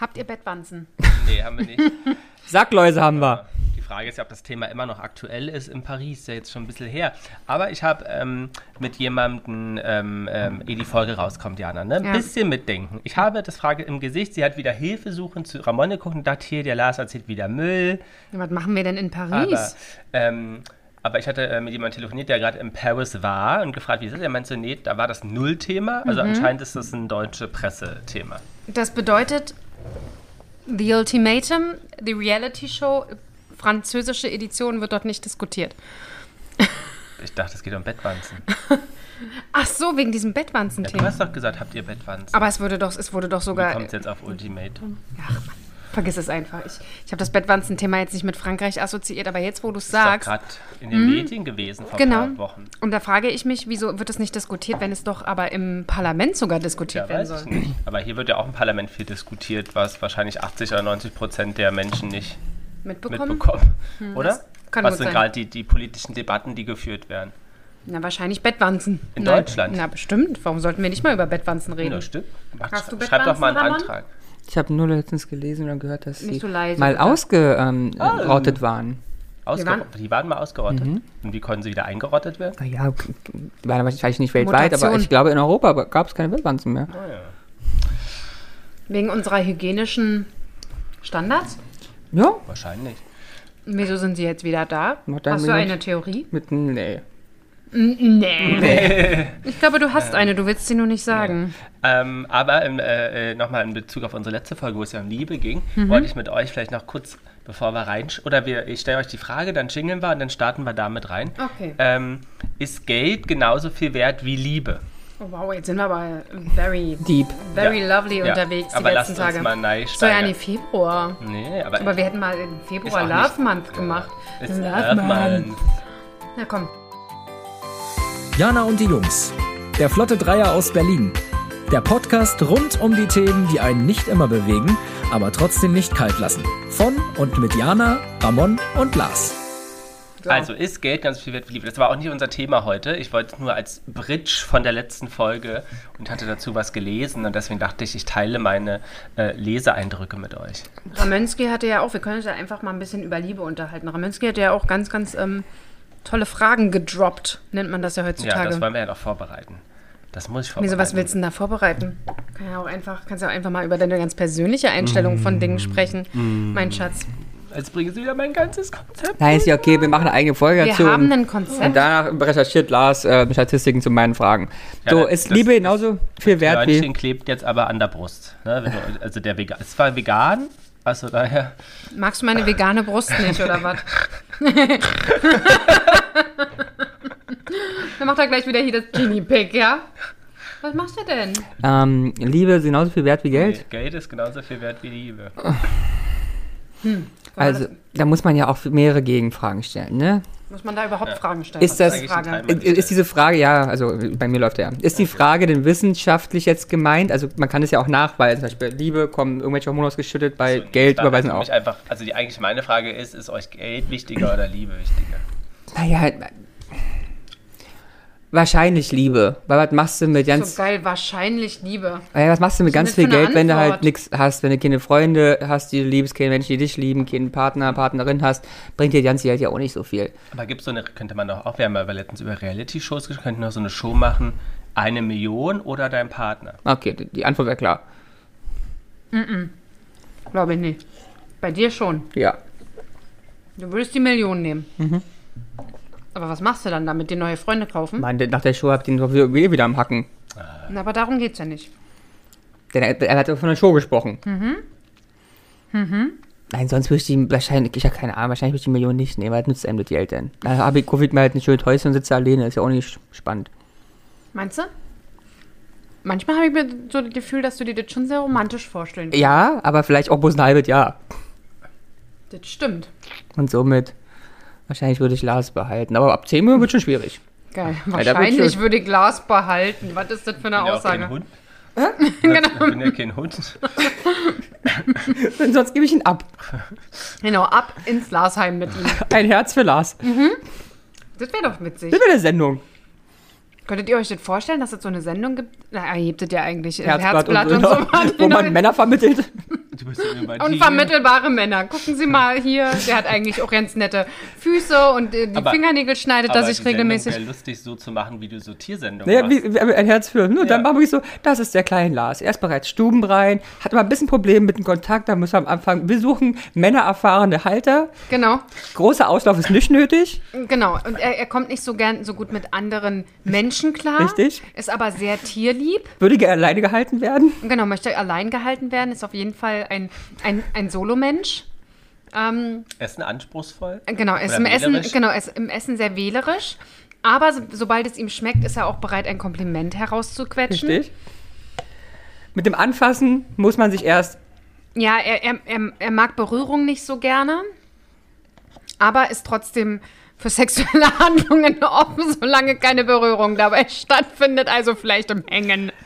Habt ihr Bettwanzen? Nee, haben wir nicht. Sackläuse haben wir. Die Frage ist ja, ob das Thema immer noch aktuell ist in Paris. Ist ja jetzt schon ein bisschen her. Aber ich habe ähm, mit jemandem, ähm, ähm, eh die Folge rauskommt, Jana, ne? ein Ja. bisschen mitdenken. Ich habe das Frage im Gesicht. Sie hat wieder Hilfe suchen zu Ramon geguckt und dachte, hier, der Lars erzählt wieder Müll. Was machen wir denn in Aber, Paris? ähm, aber ich hatte äh, mit jemandem telefoniert, der gerade in Paris war und gefragt, wie ist das? Er meinte, nee, da war das Nullthema. Also Mhm. anscheinend ist das ein deutsche Pressethema. Das bedeutet The Ultimatum, The Reality Show, französische Edition wird dort nicht diskutiert. Ich dachte, es geht um Bettwanzen. Ach so, wegen diesem Du Bettwanzen-Thema. hast doch gesagt, habt ihr Bettwanzen? Aber es wurde doch, es wurde doch Wie sogar. kommt jetzt auf Ultimatum? Vergiss es einfach. Ich, ich habe das Bettwanzen-Thema jetzt nicht mit Frankreich assoziiert, aber jetzt, wo du es Sagst. sagst. Mhm. gerade in den Medien gewesen vor Genau. ein paar Wochen. Und da frage ich mich, wieso wird das nicht diskutiert, wenn es doch aber im Parlament sogar diskutiert Ja, werden weiß ich soll? nicht. Aber hier wird ja auch im Parlament viel diskutiert, was wahrscheinlich 80 oder 90 Prozent der Menschen nicht Mitbekommen? mitbekommen. Oder? Hm, kann was gut sind sein. gerade die, die politischen Debatten, die geführt werden? Na, wahrscheinlich Bettwanzen. In Nein. Deutschland? Na, bestimmt. Warum sollten wir nicht mal über Bettwanzen reden? Nur Stück. Mach, Hast du schreib doch mal einen Bettwanzen, Antrag. Ich habe nur letztens gelesen oder gehört, dass Nicht sie so leise, mal bitte. ausgerottet waren. Ausger waren- die waren mal ausgerottet. Und wie konnten sie wieder eingerottet werden? Naja, die waren aber wahrscheinlich nicht weltweit, Mutation. aber ich glaube, in Europa gab es keine Wildwanzen mehr. Wegen unserer hygienischen Standards? Ja, Wahrscheinlich. Wieso sind sie jetzt wieder da? Na, dann Hast du bin ich- eine Theorie? mit einem, nee. Nee. Ich glaube, du hast eine, du willst sie nur nicht sagen. Ähm, aber im, äh, äh, nochmal in Bezug auf unsere letzte Folge, wo es ja um Liebe ging, Mhm. wollte ich mit euch vielleicht noch kurz, bevor wir rein, oder wir, ich stelle euch die Frage, dann jingeln wir und dann starten wir damit rein. Okay. Ähm, ist Geld genauso viel wert wie Liebe? Oh, wow, jetzt sind wir aber very, Deep. very Ja, lovely ja. unterwegs aber die lasst letzten uns Tage. mal nein so ja, nee, steigern. Februar. Nee, aber, Aber wir hätten mal im Ist auch Februar nicht- Love Month gemacht. ist Love Month. Month. Na komm. Jana und die Jungs. Der Flotte Dreier aus Berlin. Der Podcast rund um die Themen, die einen nicht immer bewegen, aber trotzdem nicht kalt lassen. Von und mit Jana, Ramon und Lars. So. Also ist Geld ganz viel wert wie Liebe? Das war auch nicht unser Thema heute. Ich wollte es nur als Bridge von der letzten Folge und hatte dazu was gelesen und deswegen dachte ich, ich teile meine äh, Leseeindrücke mit euch. Ramönski hatte ja auch, wir können uns ja einfach mal ein bisschen über Liebe unterhalten. Ramönski hatte ja auch ganz, ganz ähm, tolle Fragen gedroppt, nennt man das ja Ja, heutzutage. das wollen wir ja noch vorbereiten. Das muss ich vorbereiten. Wieso, was willst du denn da vorbereiten? Kann ja auch einfach, kannst ja auch einfach mal über deine ganz persönliche Einstellung von Dingen sprechen, mein Schatz. Jetzt bringen sie wieder mein ganzes Konzept. Nein, ist ja okay, wir machen eine eigene Folge Wir dazu. haben ein und Konzept. danach recherchiert Lars äh, Statistiken zu meinen Fragen. Ja, so, das- ist das- Liebe genauso viel wert Hörnchen wie. klebt jetzt aber an der Brust. Ne? Wenn du, also der Vegan, es war vegan, also daher. Magst du meine vegane Brust nicht, oder was? Dann macht er gleich wieder hier das Genie-Pick, ja? Was machst du denn? Ähm, Liebe ist genauso viel wert wie Geld. Geld ist genauso viel wert wie Liebe. Also, da muss man ja auch mehrere Gegenfragen stellen, ne? Muss man da überhaupt Fragen stellen? Ist das- Eigentlich ein Frage. Teil Ist, ist diese Frage, ja, also bei mir läuft er ja. Ist die Frage denn wissenschaftlich jetzt gemeint? Also man kann es ja auch nachweisen. Zum Beispiel Liebe kommen irgendwelche Hormone ausgeschüttet, bei Geld Ich dachte überweisen für auch. mich Einfach, also die eigentlich meine Frage ist, ist euch Geld wichtiger oder Liebe wichtiger? Naja, wahrscheinlich Liebe. Weil was machst du mit ganz, So geil, wahrscheinlich Liebe. weil was machst du mit ganz Was ist denn viel das für Geld, eine wenn du Antwort? halt nichts hast, wenn du keine Freunde hast, die du liebst, keine Menschen, die dich lieben, keinen Partner, Partnerin hast, bringt dir die ganze Geld ja auch nicht so viel. Aber gibt es so eine, könnte man doch auch, wir haben ja über- letztens über Reality-Shows gesprochen, könnten noch so eine Show machen, eine Million oder dein Partner? Okay, die- die Antwort wäre klar. Glaube ich nicht. Bei dir schon. Ja. Du würdest die Millionen nehmen. Mhm. Aber was machst du dann damit? Dir neue Freunde kaufen? Mann, nach der Show habt ihr ihn doch wieder wieder am Hacken. Na, aber darum geht's ja nicht. Denn er, er hat ja von der Show gesprochen. Mhm. Mhm. Nein, sonst würde ich die wahrscheinlich, ich habe keine Ahnung, wahrscheinlich würde ich die Million nicht nehmen, weil das nützt einem das Geld denn. Da habe ich, kaufe ich mir halt ein schönes Häuschen und sitze alleine, ist ja auch nicht spannend. Meinst du? Manchmal habe ich mir so das Gefühl, dass du dir das schon sehr romantisch vorstellen kannst. Ja, aber vielleicht auch bloß ein halbes Jahr. Das stimmt. Und somit, wahrscheinlich würde ich Lars behalten. Aber ab 10 Uhr wird schon schwierig. Geil. da würd's Wahrscheinlich schon- würde ich Glas behalten. Was ist das für eine Ich bin ja auch kein Aussage? Hund. genau. Ich bin ja kein Hund. Denn sonst gebe ich ihn ab. Genau, ab ins Glasheim mit ihm. Ein Herz für Lars. Das wäre doch witzig. Sind wir der Sendung? Könntet ihr euch das vorstellen, dass es so eine Sendung gibt? Na, ihr hebt das ja eigentlich. Herzblatt, Herzblatt, und, und, Döner, so. wo man Männer vermittelt. Du bist ja immer die- Unvermittelbare Männer. Gucken Sie mal hier. Der hat eigentlich auch ganz nette Füße und äh, die Aber- Fingernägel schneidet Aber er die sich Sendung regelmäßig. Wäre lustig, so zu machen, wie du so Tiersendungen Naja, machst. wie, wie, ein Herz für. Nur dann Ja. machen wir so, das ist der kleine Lars. Er ist bereits stubenrein, hat immer ein bisschen Probleme mit dem Kontakt, da müssen wir am Anfang, wir suchen männererfahrene Halter. Genau, Großer Auslauf ist nicht nötig. genau. Und er, er kommt nicht so gern so gut mit anderen Menschen klar. Richtig. Ist aber sehr tierlieb. Würde gerne alleine gehalten werden. Und genau, möchte allein gehalten werden. Ist auf jeden Fall ein, ein, ein Solomensch. Ähm, Essen anspruchsvoll. Genau, er ist Oder im Essen, wählerisch. genau, er ist im Essen sehr wählerisch. Aber so, sobald es ihm schmeckt, ist er auch bereit, ein Kompliment herauszuquetschen. Richtig. Mit dem Anfassen muss man sich erst. Ja, er, er, er, er mag Berührung nicht so gerne, aber ist trotzdem für sexuelle Handlungen offen, solange keine Berührung dabei stattfindet, also vielleicht im Hängen.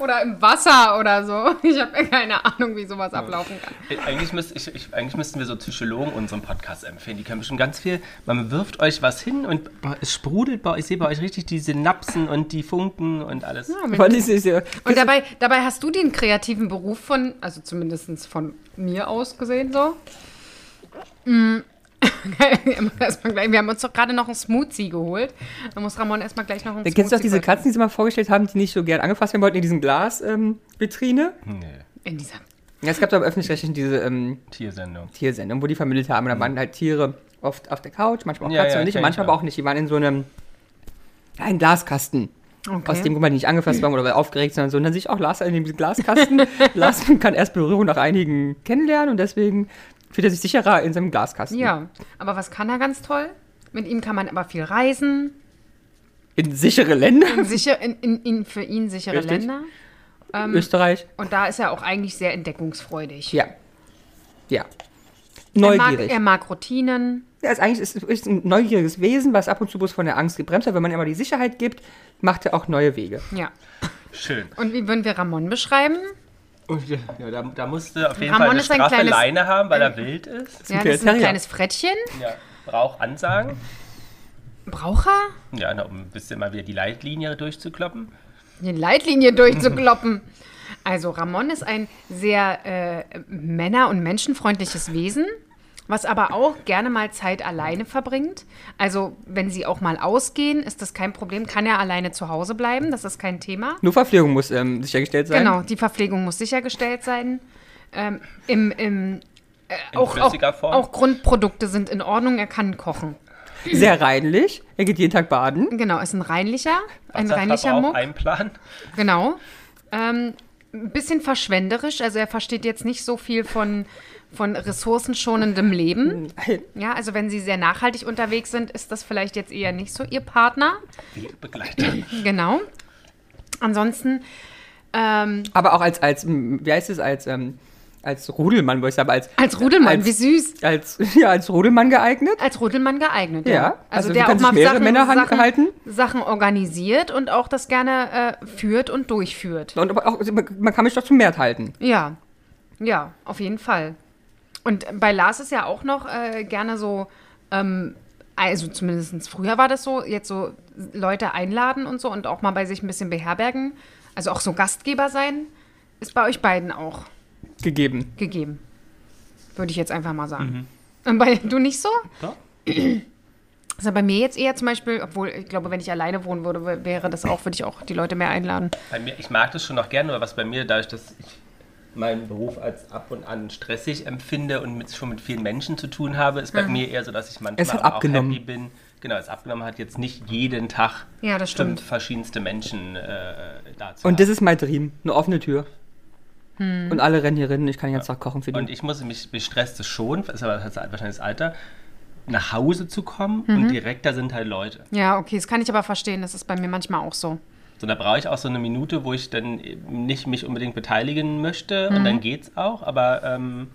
oder im Wasser oder so. Ich habe keine Ahnung, wie sowas ablaufen kann. Äh, Eigentlich, müsst, ich, ich, eigentlich müssten wir so Psychologen unseren Podcast empfehlen. Die können schon ganz viel. Man wirft euch was hin und es sprudelt bei euch. Ich sehe bei euch richtig die Synapsen und die Funken und alles. Weil es ist ja- Mhm. Und dabei, dabei hast du den kreativen Beruf von, also zumindest von mir aus gesehen so. Mm. Erstmal gleich- Wir haben uns doch gerade noch einen Smoothie geholt. Da muss Ramon erstmal gleich noch einen Da kennst du Smoothie auch diese holen. Katzen, die sie mal vorgestellt haben, die nicht so gern angefasst werden wollten in diesem Glas-Vitrine. Hm, Nee, In dieser. ja, es gab da im Öffentlich-Rechtlichen diese ähm, Tiersendung. Tiersendung, ne, wo die vermittelt haben. Und da waren halt Tiere oft auf der Couch, manchmal auch Mhm. Ja, Katzen ja, und nicht, kenn ich und manchmal aber auch. auch nicht. Die waren in so einem ein Glaskasten. Okay. Aus dem Grund, weil die nicht angefasst waren oder weil aufgeregt sind und so. Und dann sehe ich auch Lars in dem Glaskasten. Lars kann erst Berührung nach einigen kennenlernen und deswegen fühlt er sich sicherer in seinem Glaskasten. Ja, aber was kann er ganz toll? Mit ihm kann man aber viel reisen, In sichere Länder. in sicher, in, in, in für ihn sichere Richtig. Länder. Ähm, Österreich. Und da ist er auch eigentlich sehr entdeckungsfreudig. Ja. Ja. Er mag, Neugierig. er mag Routinen. Er ist eigentlich ist, ist ein neugieriges Wesen, was ab und zu bloß von der Angst gebremst wird. Wenn man ihm aber die Sicherheit gibt, macht er auch neue Wege. Ja. Schön. Und wie würden wir Ramon beschreiben? Und ja, ja, da, da musste auf jeden Ramon Fall eine ist ein straffe kleines- Leine haben, weil er wild ist. Ja, ein das ist ein Terrier. kleines Frettchen. Ja, braucht Ansagen. Braucher? Ja, na, um ein bisschen mal wieder die Leitlinie durchzukloppen. die Leitlinie durchzukloppen. Also Ramon ist ein sehr äh, männer- und menschenfreundliches Wesen, was aber auch gerne mal Zeit alleine verbringt. Also wenn sie auch mal ausgehen, ist das kein Problem. Kann er alleine zu Hause bleiben, das ist kein Thema. Nur Verpflegung muss ähm, sichergestellt sein. Genau, die Verpflegung muss sichergestellt sein. Ähm, im, im, äh, auch, auch, flüssiger Form. auch Grundprodukte sind in Ordnung, er kann kochen. Sehr reinlich. Er geht jeden Tag baden. Genau, ist ein reinlicher, ein reinlicher Wasserverbrauch Muck. einplanen. Genau. Ähm, ein bisschen verschwenderisch, also er versteht jetzt nicht so viel von, von ressourcenschonendem Leben. Ja, also wenn sie sehr nachhaltig unterwegs sind, ist das vielleicht jetzt eher nicht so ihr Partner. Wegbegleiter. Genau. Ansonsten, ähm, Aber auch als, als ähm, wie heißt es, als, ähm, als Rudelmann, wollte ich sagen, aber als, als Rudelmann, Äh, Als- wie süß. als, ja, als Rudelmann geeignet. Als Rudelmann geeignet. Ja, also die können sich mal mehrere Männer hand- halten. Sachen organisiert und auch das gerne äh, führt und durchführt. Und aber auch, also man kann mich doch zum Mert halten. Ja, ja, auf jeden Fall. Und bei Lars ist ja auch noch äh, gerne so, ähm, also zumindest früher war das so, jetzt so Leute einladen und so und auch mal bei sich ein bisschen beherbergen. Also auch so Gastgeber sein, ist bei euch beiden auch Gegeben. gegeben. Würde ich jetzt einfach mal sagen. Und bei du nicht so? Doch. Ist ja bei mir jetzt eher zum Beispiel, obwohl ich glaube, wenn ich alleine wohnen würde, wär- wäre das auch, würde ich auch die Leute mehr einladen. Bei mir, ich mag das schon noch gerne, aber was bei mir, dadurch, dass ich meinen Beruf als ab und an stressig empfinde und mit, schon mit vielen Menschen zu tun habe, ist bei Mhm. mir eher so, dass ich manchmal Es hat aber abgenommen. auch happy bin. Genau, es abgenommen hat jetzt nicht jeden Tag Ja, das fünf stimmt. verschiedenste Menschen äh, da zu Und haben. das ist mein Dream. Eine offene Tür. Und alle rennen hier rein und ich kann den ganzen Tag kochen für die. Und ich muss mich, mich stresst es schon, ist aber das hat wahrscheinlich das Alter, nach Hause zu kommen Mhm. und direkt da sind halt Leute. Ja, okay, das kann ich aber verstehen. Das ist bei mir manchmal auch so. So, da brauche ich auch so eine Minute, wo ich dann eben nicht mich unbedingt beteiligen möchte Mhm. und dann geht's auch, aber ähm,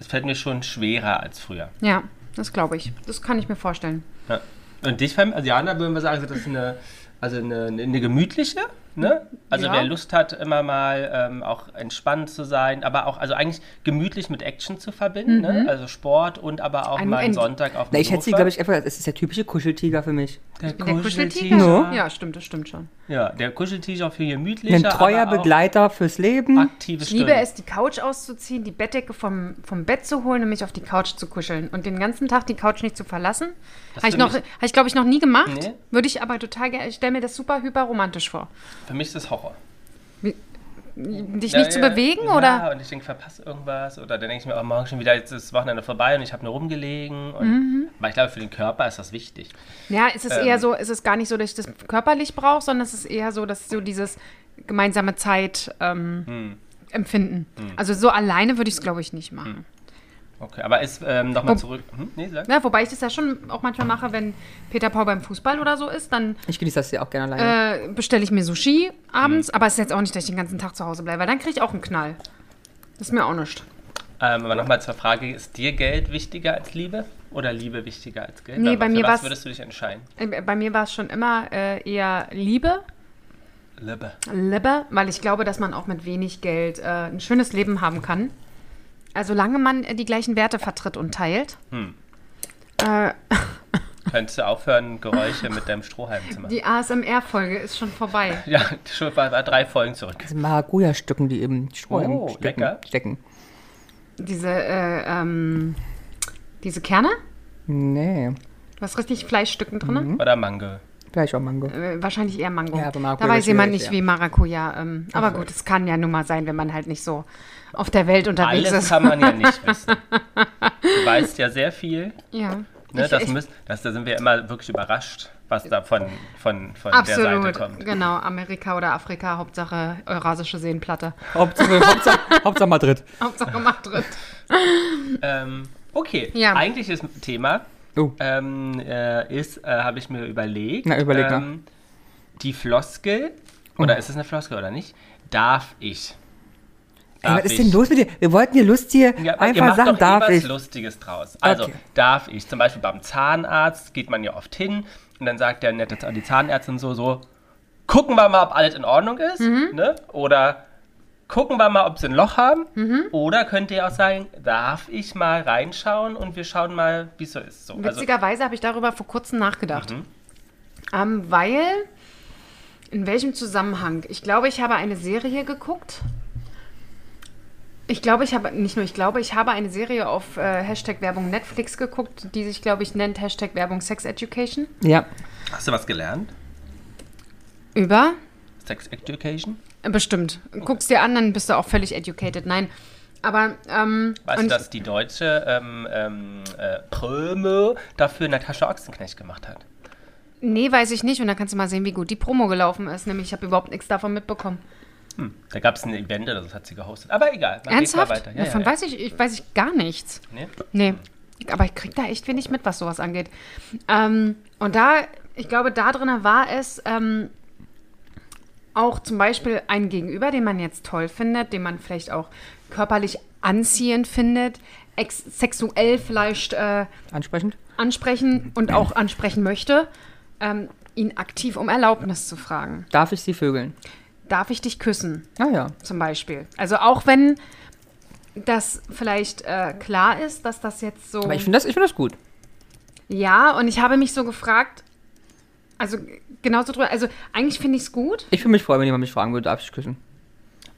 es fällt mir schon schwerer als früher. Ja, das glaube ich. Das kann ich mir vorstellen. Ja. Und dich, Fem, also Jana, würden wir sagen, das ist eine, also eine, eine gemütliche, Ne? Also Ja. wer Lust hat, immer mal ähm, auch entspannt zu sein, aber auch, also eigentlich gemütlich mit Action zu verbinden, ne? also Sport und aber auch Ein- mal einen ein- Sonntag auf dem Mhm. Na, ich hätte sie, Sofa. glaube ich, einfach, es ist der typische Kuscheltiger für mich. Der Kuscheltiger? No. Ja, stimmt, das stimmt schon. Ja, der Kuscheltiger für gemütlicher, Ein treuer aber auch Ah. Begleiter fürs Leben. aktive Ich liebe Stunden. es, die Couch auszuziehen, die Bettdecke vom, vom Bett zu holen und mich auf die Couch zu kuscheln und den ganzen Tag die Couch nicht zu verlassen. Habe ich, finde noch- ich- hab ich glaube ich, noch nie gemacht. Nee. Würde ich aber total gerne, ich stelle mir das super hyper romantisch vor. Für mich ist das Horror. Dich Ja, nicht zu ja, bewegen ja, oder? und ich denke, verpasse irgendwas. Oder dann denke ich mir, oh, morgen schon wieder, jetzt ist das Wochenende vorbei und ich habe nur rumgelegen. Und, Mhm. Aber ich glaube, für den Körper ist das wichtig. Ja, es ist Ähm. eher so, es ist gar nicht so, dass ich das körperlich brauche, sondern es ist eher so, dass so dieses gemeinsame Zeit ähm, Hm. empfinden. Also so alleine würde ich es, glaube ich, nicht machen. Okay, aber ist ähm, nochmal Oh. zurück. Hm? Nee, sag. Ja, wobei ich das ja schon auch manchmal mache, wenn Peter Paul beim Fußball oder so ist, dann Ich genieße das ja auch gerne alleine. äh, bestelle ich mir Sushi abends, aber es ist jetzt auch nicht, dass ich den ganzen Tag zu Hause bleibe, weil dann kriege ich auch einen Knall. Das ist mir auch nicht. Ähm, aber nochmal zur Frage: Ist dir Geld wichtiger als Liebe? Oder Liebe wichtiger als Geld? Nee, Aber bei für mir was war's- würdest du dich entscheiden? Äh, Bei mir war es schon immer äh, eher Liebe, Liebe. Liebe, weil ich glaube, dass man auch mit wenig Geld äh, ein schönes Leben haben kann. Also solange man äh, die gleichen Werte vertritt und teilt. Äh, Könntest du aufhören, Geräusche mit deinem Strohhalm zu machen? die ASMR-Folge ist schon vorbei. Ja, schon war, war drei Folgen zurück. Diese Maracuja-Stücken, die im Stroh Oh, stecken, lecker. stecken. Diese, äh, ähm, diese Kerne, Nee, du hast richtig Fleischstücken drin. Oder Mango. vielleicht auch Mango. Äh, wahrscheinlich eher Mango. Ja, aber Maracuja da weiß ist jemand schwierig, nicht, ja. wie Maracuja. Ähm, aber gut, es kann ja nun mal sein, wenn man halt nicht so auf der Welt unterwegs Alles ist. kann man ja nicht wissen. Du weißt ja sehr viel. ja. Ne, Ich- das, ich- müssen, das, da sind wir immer wirklich überrascht, was da von, von, von der Seite absolut. kommt. Genau, Amerika oder Afrika, Hauptsache Eurasische Seenplatte. Hauptsache, Hauptsache, Hauptsache Madrid. Hauptsache Madrid. Ähm, okay, Ja. eigentliches Thema Oh. ähm, äh, ist, äh, habe ich mir überlegt, Na, überleg Oh. mal. ähm, die Floskel, oder ist es eine Floskel oder nicht, darf ich. Ey, Darf was ist ich. denn los mit dir? Wir wollten hier Lust hier Ja, aber ihr einfach macht sagen, doch eh darf was ich. Lustiges draus. Also, Okay. darf ich? Zum Beispiel beim Zahnarzt geht man ja oft hin und dann sagt der nette Z- die Zahnärztin so, so, gucken wir mal, ob alles in Ordnung ist, Mhm. ne? Oder gucken wir mal, ob sie ein Loch haben. Mhm. Oder könnt ihr auch sagen, darf ich mal reinschauen und wir schauen mal, wie es so ist. So, also, Mhm. Witzigerweise habe ich darüber vor kurzem nachgedacht. Ähm, weil, in welchem Zusammenhang? Ich glaube, ich habe eine Serie geguckt. Ich glaube, ich habe, nicht nur ich glaube, ich habe eine Serie auf äh, Hashtag Werbung Netflix geguckt, die sich, glaube ich, nennt Hashtag Werbung Sex Education. Ja, hast du was gelernt? Über? Sex Education? Äh, Bestimmt. Guckst dir an, dann bist du auch völlig educated. Nein. Aber, ähm, Weißt und du, dass die deutsche ähm, ähm, äh, Pröme dafür Natascha Ochsenknecht gemacht hat? nee, weiß ich nicht. Und dann kannst du mal sehen, wie gut die Promo gelaufen ist. Nämlich, ich habe überhaupt nichts davon mitbekommen. Da gab es ein Event oder das hat sie gehostet. Aber egal. man geht mal Ernsthaft? Weiter. Ja, Davon ja, ja. weiß ich, ich weiß ich gar nichts. Nee? Nee. Aber ich krieg da echt wenig mit, was sowas angeht. Ähm, und da, ich glaube, da drin war es ähm, auch zum Beispiel ein Gegenüber, den man jetzt toll findet, den man vielleicht auch körperlich anziehend findet, ex sexuell vielleicht äh, ansprechend. ansprechen und auch ansprechen möchte, ähm, ihn aktiv um Erlaubnis zu fragen. Darf ich sie vögeln? Darf ich dich küssen? Ah ja. zum Beispiel. Also auch wenn das vielleicht äh, klar ist, dass das jetzt so. Aber ich finde das, ich find das gut. ja, und ich habe mich so gefragt, also g- genauso drüber, also eigentlich finde ich es gut. Ich würde mich freuen, wenn jemand mich fragen würde, darf ich küssen?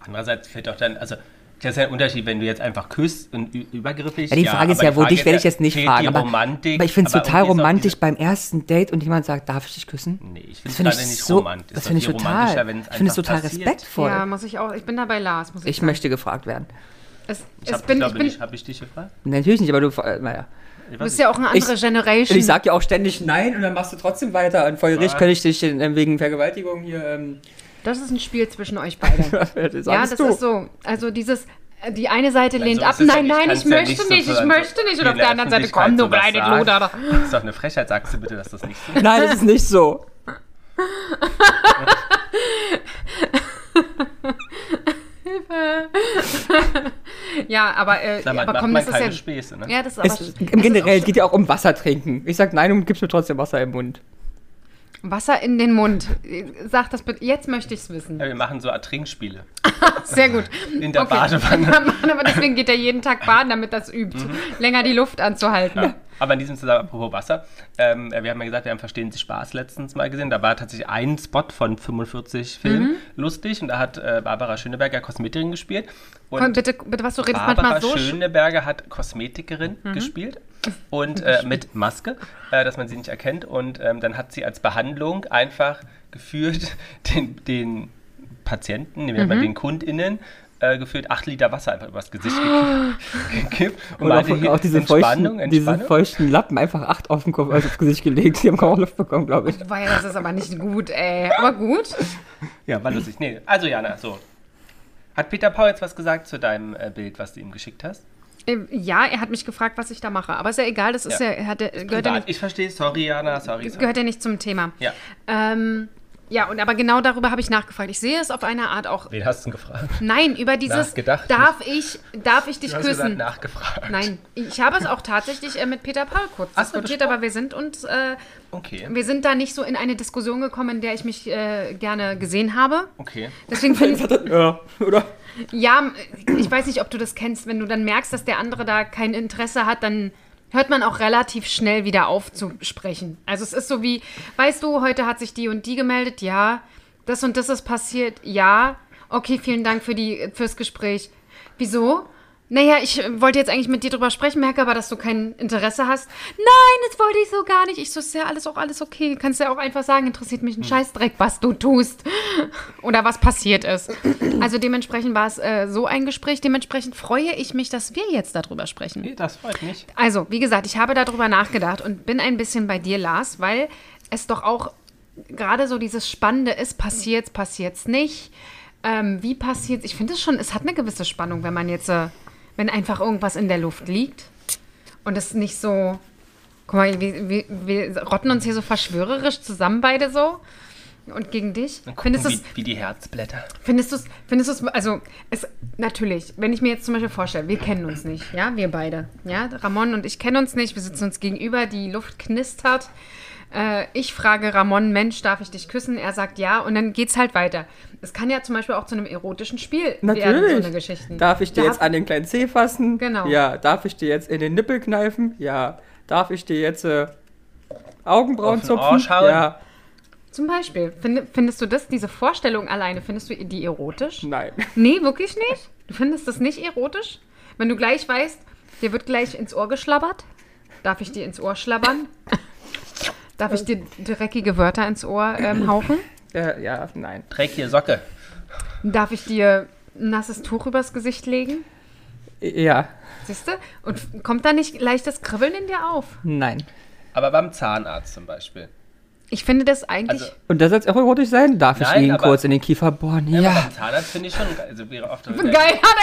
Andererseits fehlt auch dann, also das ist ja ein Unterschied, wenn du jetzt einfach küsst und ü- übergriffig. Ja, die Frage ist aber ja, wo Frage dich werde ich jetzt nicht fehlt fragen. Die Aber, Romantik, aber ich finde es aber total irgendwie ist auch romantisch diese- beim ersten Date und jemand sagt, darf ich dich küssen? Nee, ich finde es find gerade nicht romantisch. Das Ist finde ich doch viel romantischer, total. wenn es Ich finde es einfach total passiert. respektvoll. Ja, muss ich auch, ich bin dabei Lars, muss ich. Ich möchte gefragt werden. Es, Ich es hab, bin, ich ich glaube bin, nicht, du habe ich dich gefragt? Natürlich nicht, aber du, äh, naja. Ich weiß bist ja auch eine andere Ich- Generation. Ich sag ja auch ständig nein und dann machst du trotzdem weiter. Und vor Gericht könnte ich dich äh, wegen Vergewaltigung hier. Ähm, das ist ein Spiel zwischen euch beiden. ja, das ist so. Also dieses. äh, Die eine Seite lehnt so ab, ist Also, es ja nein, nicht. nein, Kannst ich ja möchte so nicht, für- ich so möchte nicht. Und in auf der anderen Seite, komm, du Öffentlichkeit kleine sowas Luder. halt sagen. Das ist doch eine Frechheit, sagst du bitte, dass das nicht so ist. Nein, das ist nicht so. Ja, aber, äh, Sag mal, aber macht komm, man das ist keine ja. Späße, ne? Ja, das ist aber. Es, Im das ist auch Generell es geht ja auch um Wasser trinken. Ich sag nein und gibst mir trotzdem Wasser im Mund. Wasser in den Mund. Sag das bitte. Jetzt möchte ich es wissen. Ja, wir machen so Ertrinkspiele. Sehr gut. In der Badewanne. Mhm. Aber deswegen geht er jeden Tag baden, damit das übt, länger die Luft anzuhalten. Ja. Aber in diesem Zusammenhang, apropos Wasser, ähm, wir haben ja gesagt, wir haben Verstehen Sie Spaß letztens mal gesehen. Da war tatsächlich ein Spot von 45 Filmen lustig und da hat äh, Barbara Schöneberger Kosmetikerin gespielt. Und Komm, bitte, bitte, was du redest, Barbara manchmal so. sch- Schöneberger hat Kosmetikerin gespielt und äh, mit Maske, äh, dass man sie nicht erkennt. Und ähm, dann hat sie als Behandlung einfach gefühlt den, den Patienten, nehmen wir mal den KundInnen, äh, gefühlt acht Liter Wasser einfach übers Gesicht gekippt- gekippt. Und Oder meinte auch, hier, auch diese, Entspannung, feuchten, diese Entspannung. feuchten Lappen einfach acht auf dem Kopf, also aufs Gesicht gelegt. Die haben kaum Luft bekommen, glaube ich. Boah, ja, das ist aber nicht gut, ey. Aber gut. Ja, war lustig. Nee, also Jana, so. Hat Peter Paul jetzt was gesagt zu deinem äh, Bild, was du ihm geschickt hast? Ähm, Ja, er hat mich gefragt, was ich da mache. Aber ist ja egal, das ist ja, Ja. hat, er- gehört, ja Privat. nicht, ich verstehe, sorry Jana, sorry. sorry. gehört ja nicht zum Thema. Ja. Ähm, ja, und aber genau darüber habe ich nachgefragt. Ich sehe es auf eine Art auch. Wen hast du denn gefragt? Nein, über dieses Nachgedacht darf ich, darf ich dich Du hast gesagt, küssen? nachgefragt. Nein, ich habe es auch tatsächlich äh, mit Peter Paul kurz Hast du diskutiert, besprochen? aber wir sind uns, äh, Okay, wir sind da nicht so in eine Diskussion gekommen, in der ich mich äh, gerne gesehen habe. okay. Deswegen finde ich, Ja, oder? ja, ich weiß nicht, ob du das kennst, wenn du dann merkst, dass der andere da kein Interesse hat, dann hört man auch relativ schnell wieder auf zu sprechen. Also es ist so wie, weißt du, heute hat sich die und die gemeldet, ja, das und das ist passiert, ja, okay, vielen Dank für die, fürs Gespräch. Wieso? Naja, ich äh, wollte jetzt eigentlich mit dir drüber sprechen, merke aber, dass du kein Interesse hast. Nein, das wollte ich so gar nicht. Ich so, ist ja alles auch alles okay. Kannst ja auch einfach sagen, interessiert mich ein Scheißdreck, was du tust oder was passiert ist. Also dementsprechend war es äh, so ein Gespräch. Dementsprechend freue ich mich, dass wir jetzt darüber sprechen. Nee, das freut mich. Also, wie gesagt, ich habe darüber nachgedacht und bin ein bisschen bei dir, Lars, weil es doch auch gerade so dieses Spannende ist, passiert's, passiert's nicht. Ähm, wie passiert's? Ich finde es schon, es hat eine gewisse Spannung, wenn man jetzt, äh, wenn einfach irgendwas in der Luft liegt und es nicht so. Guck mal, wir, wir, wir rotten uns hier so verschwörerisch zusammen beide so. Und gegen dich? Dann gucken, Findest du wie, wie die Herzblätter. Findest du es, findest du's, also es, natürlich, wenn ich mir jetzt zum Beispiel vorstelle, wir kennen uns nicht, ja, wir beide, ja, Ramon und ich kennen uns nicht, wir sitzen uns gegenüber, die Luft knistert, äh, ich frage Ramon, Mensch, darf ich dich küssen? Er sagt ja und dann geht's halt weiter. Es kann ja zum Beispiel auch zu einem erotischen Spiel werden, so eine Natürlich. Geschichten. Darf ich dir Darf- jetzt an den kleinen Zeh fassen? Genau. Ja. Darf ich dir jetzt in den Nippel kneifen? Ja. Darf ich dir jetzt äh, Augenbrauen Auf den zupfen? Arsch hauen? Ja. Zum Beispiel, find, findest du das, diese Vorstellung alleine, findest du die erotisch? Nein. Nee, wirklich nicht? Du findest das nicht erotisch? Wenn du gleich weißt, dir wird gleich ins Ohr geschlabbert? Darf ich dir ins Ohr schlabbern? Darf ich dir dreckige Wörter ins Ohr ähm, hauchen? Äh, ja, nein. Träg hier Socke. Darf ich dir ein nasses Tuch übers Gesicht legen? Ja. Siehst du? Und f- kommt da nicht leichtes Kribbeln in dir auf? Nein. Aber beim Zahnarzt zum Beispiel. Ich finde das eigentlich. Also- Und das soll jetzt auch erotisch sein? Darf Nein, ich ihn aber- kurz in den Kiefer bohren? Ja. Aber Ja. beim Zahnarzt finde ich schon geil. Also wäre oft geil, ja, da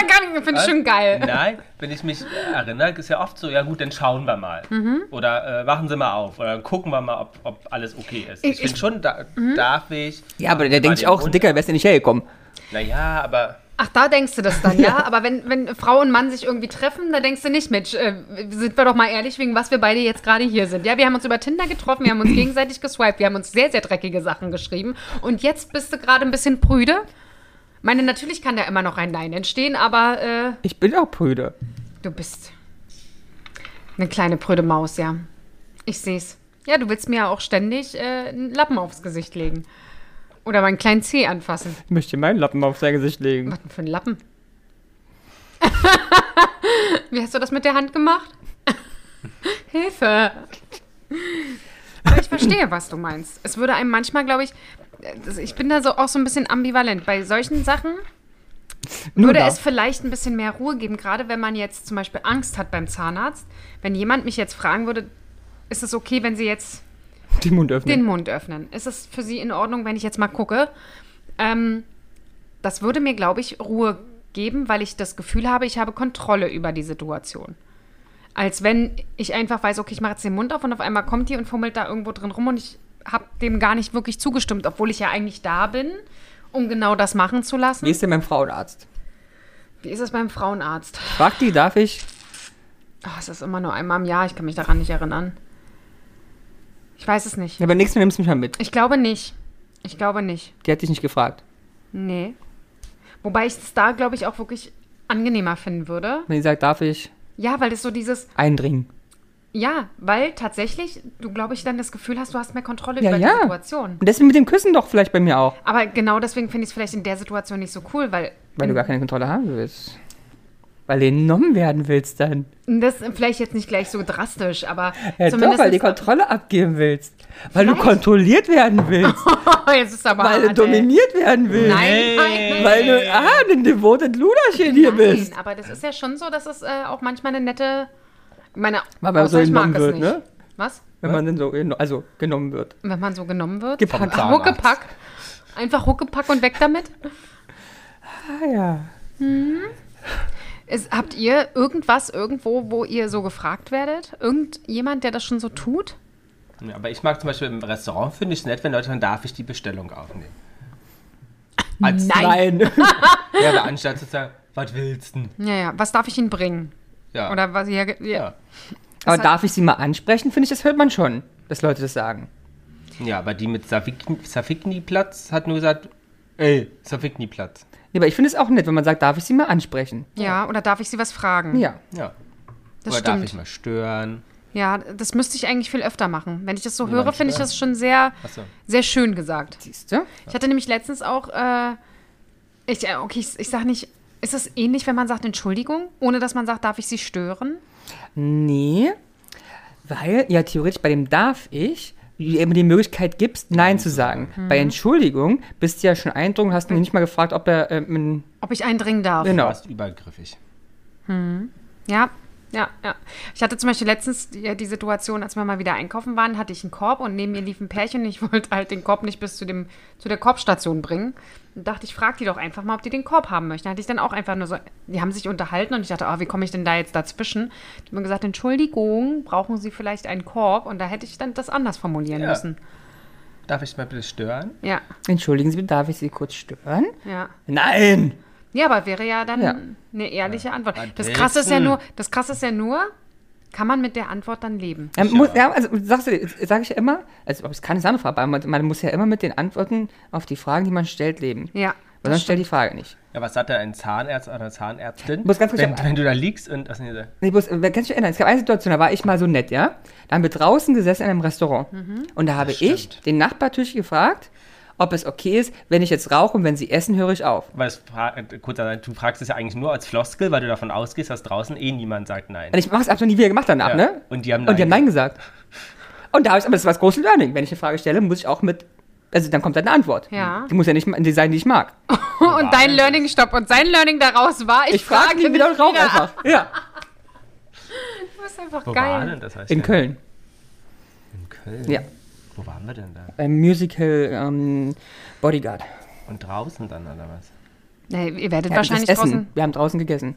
kann ich, finde ich schon geil. Nein, wenn ich mich erinnere, ist ja oft so, ja gut, dann schauen wir mal. Mhm. Oder äh, wachen Sie mal auf. Oder gucken wir mal, ob, ob alles okay Ich- ist. Mhm. Ich, finde schon, da, darf ich. Ja, aber Mal der denkt sich den auch, Mund- Dicker, wärst du nicht hergekommen? Naja, aber Ach, da denkst du das dann, ja? Aber wenn, wenn Frau und Mann sich irgendwie treffen, da denkst du nicht, Mensch, äh, sind wir doch mal ehrlich, wegen was wir beide jetzt gerade hier sind. Ja, wir haben uns über Tinder getroffen, wir haben uns gegenseitig geswiped, wir haben uns sehr, sehr dreckige Sachen geschrieben. Und jetzt bist du gerade ein bisschen prüde. meine, natürlich kann da immer noch ein Nein entstehen, aber äh, Ich bin auch prüde. du bist eine kleine prüde Maus, ja. Ich seh's. Ja, du willst mir ja auch ständig äh, einen Lappen aufs Gesicht legen. Oder meinen kleinen Zeh anfassen. Ich möchte meinen Lappen auf sein Gesicht legen. Was denn für ein Lappen? Wie hast du das mit der Hand gemacht? Hilfe! Aber ich verstehe, was du meinst. Es würde einem manchmal, glaube ich, äh, ich bin da so auch so ein bisschen ambivalent. Bei solchen Sachen Nur würde da. es vielleicht ein bisschen mehr Ruhe geben, gerade wenn man jetzt zum Beispiel Angst hat beim Zahnarzt. Wenn jemand mich jetzt fragen würde, ist es okay, wenn sie jetzt den Mund öffnen. den Mund öffnen. Ist es für Sie in Ordnung, wenn ich jetzt mal gucke? Ähm, das würde mir, glaube ich, Ruhe geben, weil ich das Gefühl habe, ich habe Kontrolle über die Situation. Als wenn ich einfach weiß, okay, ich mache jetzt den Mund auf und auf einmal kommt die und fummelt da irgendwo drin rum und ich habe dem gar nicht wirklich zugestimmt, obwohl ich ja eigentlich da bin, um genau das machen zu lassen. Wie ist denn beim Frauenarzt? Wie ist es beim Frauenarzt? Frag die, darf ich? Oh, es ist immer nur einmal im Jahr, ich kann mich daran nicht erinnern. Ich Ich weiß es nicht. Ja, beim nächsten Mal nimmst du mich mal mit. Ich glaube nicht. Ich glaube nicht. Die hat dich nicht gefragt. Nee. Wobei ich es da, glaube ich, auch wirklich angenehmer finden würde. Wenn sie sagt, darf ich Ja, weil es so dieses, eindringen? ja, weil tatsächlich du, glaube ich, dann das Gefühl hast, du hast mehr Kontrolle Ja, über ja. die Situation. Und deswegen mit dem Küssen doch vielleicht bei mir auch. Aber genau deswegen finde ich es vielleicht in der Situation nicht so cool, weil Weil du gar keine Kontrolle haben willst. Weil du genommen werden willst dann. das vielleicht jetzt nicht gleich so drastisch, aber Ja, zumindest. doch, weil du die Kontrolle abgeben willst. Weil du Vielleicht. kontrolliert werden willst. Oh, jetzt ist aber weil du hart, ey. dominiert werden willst. Nein, nein, Weil du, ah, ein devoted Luderchen hier bist. Nein, aber das ist ja schon so, dass es äh, auch manchmal eine nette. ich Meine, Weil man so außer ich mag genommen es wird, nicht. ne? Was? Wenn man dann so geno- also, genommen wird. Wenn man so genommen wird? Gepackt. Ach, Huckepack. Einfach Huckepack und weg damit. Ah ja. Es, habt ihr irgendwas irgendwo, wo ihr so gefragt werdet? Irgendjemand, der das schon so tut? Ja, aber ich mag zum Beispiel im Restaurant, finde ich es nett, wenn Leute sagen, darf ich die Bestellung aufnehmen. Als, Nein. Ja, aber anstatt zu sagen, was willst du? Ja, ja. Was darf ich Ihnen bringen? Ja. Oder was ihr. Ja. ja. Aber darf ich sie mal ansprechen? Finde ich, das hört man schon, dass Leute das sagen. ja, aber die mit Safikni- Safikni-Platz hat nur gesagt, ey, Safikni-Platz. Nee, aber ich finde es auch nett, wenn man sagt, darf ich sie mal ansprechen? Ja, oder darf ich Sie was fragen? Ja. Ja. das Oder darf stimmt. ich mal stören? Ja, das müsste ich eigentlich viel öfter machen. Wenn ich das so Niemand höre, finde ich stört. das schon sehr, Achso. sehr schön gesagt. Siehst du? Ich hatte nämlich letztens auch, äh, ich, äh, okay, ich, ich sag nicht, ist es ähnlich, wenn man sagt Entschuldigung, ohne dass man sagt, darf ich Sie stören? Nee. Weil, ja, theoretisch bei dem darf ich du eben die Möglichkeit gibst, Nein zu sagen. Bei Entschuldigung bist du ja schon eindrungen, hast ihn nicht mal gefragt, ob er. Ähm, Ob ich eindringen darf? Du genau. warst übergriffig. Ja, ja, ja. Ich hatte zum Beispiel letztens die, die Situation, als wir mal wieder einkaufen waren, hatte ich einen Korb und neben mir lief ein Pärchen und ich wollte halt den Korb nicht bis zu, dem, zu der Korbstation bringen. Und dachte, ich frage die doch einfach mal, ob die den Korb haben möchten. Hatte ich dann auch einfach nur so, die haben sich unterhalten und ich dachte, ah, wie komme ich denn da jetzt dazwischen? Die haben gesagt, Entschuldigung, brauchen Sie vielleicht einen Korb? Und da hätte ich dann das anders formulieren Ja. müssen. Darf ich mal bitte stören? Ja, Entschuldigen Sie, bitte, darf ich Sie kurz stören? ja. Nein! Ja, aber wäre ja dann Ja. eine ehrliche Antwort. Ah, Das krasse ist ja Dixon. nur, das krasse ist ja nur, kann man mit der Antwort dann leben? Ähm, muss, ja, also sagst du, sag ich ja immer, also ob es keine Sache aber man, man muss ja immer mit den Antworten auf die Fragen, die man stellt, leben. Ja. Weil sonst stellt die Frage nicht. Ja, was sagt denn ein Zahnarzt oder eine Zahnärztin? Muss ganz kurz- wenn, wenn du da liegst und. Ach, nee, da- Nee, bloß, äh, kannst du dich erinnern? Es gab eine Situation, da war ich mal so nett, ja? Da haben wir draußen gesessen in einem Restaurant. Und da habe ich Mhm. stimmt. den Nachbartisch gefragt, ob es okay ist, wenn ich jetzt rauche und wenn sie essen, höre ich auf. weil es fra- äh, kurz, äh, du fragst es ja eigentlich nur als Floskel, weil du davon ausgehst, dass draußen eh niemand sagt Nein. Und ich mache es absolut nie wieder gemacht danach, Ja. ne? Und die haben Und die haben Nein Nein gesagt. Und da habe ich, aber das war das große Learning. Wenn ich eine Frage stelle, muss ich auch mit, also dann kommt halt eine Antwort. Ja. Die muss ja nicht die sein, die ich mag. Und dein Learning stopp und sein Learning daraus war, ich, Ich frage ihn wieder und rauche einfach. Ja. Du bist einfach Wo war geil. denn das? Heißt In Köln. In Köln? Ja. Wo waren wir denn da? Beim Musical ähm, Bodyguard. Und draußen dann oder was? Nee, ihr werdet Ja, wahrscheinlich das Essen. draußen. Wir haben draußen Ah. Mm. gegessen.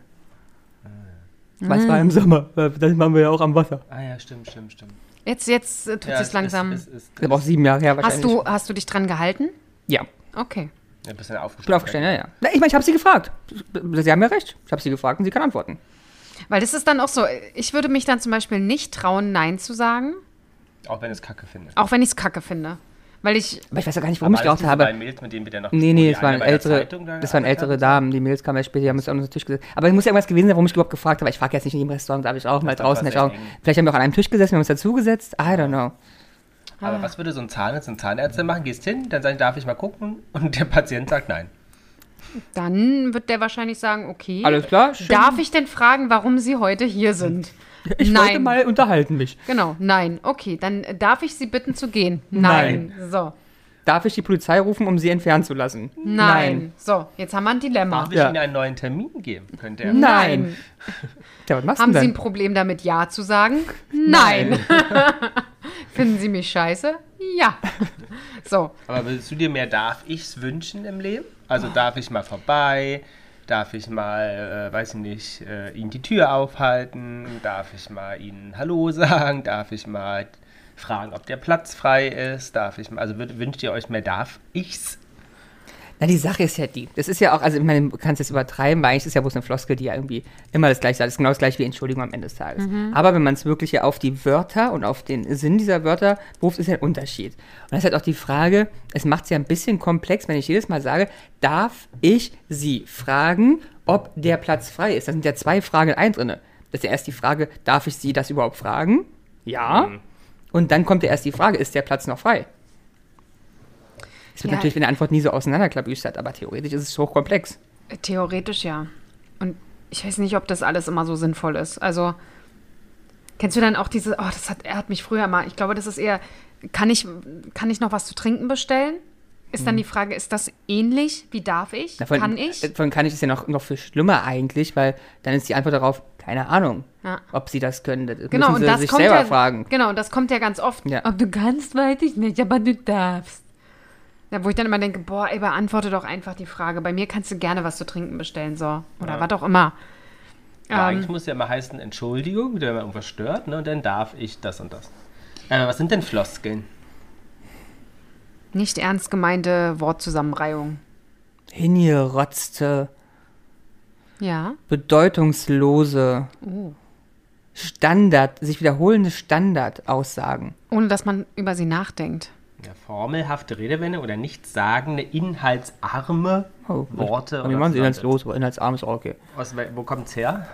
Weil es war im Sommer. Das machen wir ja auch am Wasser. Ah ja, stimmt, stimmt, stimmt. Jetzt, jetzt äh, tut ja, sich's langsam. Ist, ist, ist, Das war auch sieben Jahre her wahrscheinlich. hast, du, hast du dich dran gehalten? Ja. Ich Okay. ein bisschen aufgestanden. bin aufgestanden, ja, ja. Na, Ich meine, ich habe sie gefragt. Sie haben ja recht. Ich habe sie gefragt und sie kann antworten. Weil das ist dann auch so, ich würde mich dann zum Beispiel nicht trauen, Nein zu sagen, Auch wenn es Kacke findet. auch wenn ich's kacke finde. Weil ich, Aber ich weiß ja gar nicht, warum ich War das geraucht diese habe. beiden Mädels, mit denen wir dann noch Nee, wo nee, die es waren eine bei der ältere, Zeitung da das waren gearbeitet ältere hat? Damen. Die Mädels kamen ja später, die haben es an unseren Tisch gesessen. Aber es muss ja irgendwas gewesen sein, warum ich überhaupt gefragt habe. Ich frage jetzt nicht in jedem Restaurant, darf ich auch mal ist doch draußen was nicht auch. echt eng. Vielleicht haben wir auch an einem Tisch gesessen, wir haben uns dazugesetzt. I don't know. Aber was würde so ein Zahnarzt und Zahnärztin machen? Gehst hin, dann sagen, darf ich mal gucken? Und der Patient sagt nein. dann wird der wahrscheinlich sagen, okay. Alles klar, schön. Darf ich denn fragen, warum Sie heute hier sind? Ich nein. wollte mal unterhalten mich. Genau, nein. Okay, dann äh, darf ich Sie bitten zu gehen? Nein. Nein. So, Darf ich die Polizei rufen, um sie entfernen zu lassen? nein. So, jetzt haben wir ein Dilemma. Darf ich Ja. Ihnen einen neuen Termin geben? Könnte er. Nein. Ja, was machst Haben du Sie ein denn? Problem damit, Ja zu sagen? Nein. Finden Sie mich scheiße? Ja. So, Aber würdest du dir mehr darf ich's wünschen im Leben? Also darf ich mal vorbei? Darf ich mal, äh, weiß ich nicht, äh, ihnen die Tür aufhalten? Darf ich mal ihnen Hallo sagen? Darf ich mal fragen, ob der Platz frei ist? Darf ich mal, also würd, wünscht ihr euch mehr darf ich's? Na, die Sache ist ja die. Das ist ja auch, also ich meine, du kannst es übertreiben, weil eigentlich ist ja bloß eine Floskel, die ja irgendwie immer das Gleiche sagt. Das ist genau das Gleiche wie Entschuldigung am Ende des Tages. Mhm. Aber wenn man es wirklich ja auf die Wörter und auf den Sinn dieser Wörter beruft, ist ja ein Unterschied. Und das ist halt auch die Frage, es macht es ja ein bisschen komplex, wenn ich jedes Mal sage, darf ich Sie fragen, ob der Platz frei ist? Da sind ja zwei Fragen in einem drinne. Das ist ja erst die Frage, darf ich Sie das überhaupt fragen? Ja. Mhm. Und dann kommt ja erst die Frage, ist der Platz noch frei? Es wird Ja. natürlich, wenn die Antwort nie so auseinanderklabüstert, aber theoretisch ist es hochkomplex. Theoretisch ja. Und ich weiß nicht, ob das alles immer so sinnvoll ist. Also, kennst du dann auch diese, oh, das hat, er hat mich früher mal, ich glaube, das ist eher, kann ich, kann ich noch was zu trinken bestellen? Ist dann die Frage, ist das ähnlich? Wie darf ich? Davon, kann ich? Hm. äh, Davon kann ich ist ja noch, noch viel schlimmer eigentlich, weil dann ist die Antwort darauf, keine Ahnung, Ja. ob sie das können. Das genau, müssen und sie das sich kommt selber ja, fragen. Genau, und das kommt ja ganz oft. Ja. Ob du kannst, weiß ich nicht, aber du darfst. Ja, wo ich dann immer denke, boah, ey, beantworte doch einfach die Frage. Bei mir kannst du gerne was zu trinken bestellen, so. Oder was auch immer. Aber Ähm. eigentlich muss ja immer heißen, Entschuldigung, wenn man irgendwas stört, ne? Und dann darf ich das und das. Aber was sind denn Floskeln? Nicht ernst gemeinte Wortzusammenreihung. Hingerotzte, Ja. bedeutungslose, Oh. Standard, sich wiederholende Standardaussagen. Ohne dass man über sie nachdenkt. Ja, formelhafte Redewendung oder nichtssagende, inhaltsarme Oh, Worte Und wir machen sie Phrasen. inhaltslos, aber inhaltsarm ist auch Oh, okay. Aus, wel- wo kommt's her?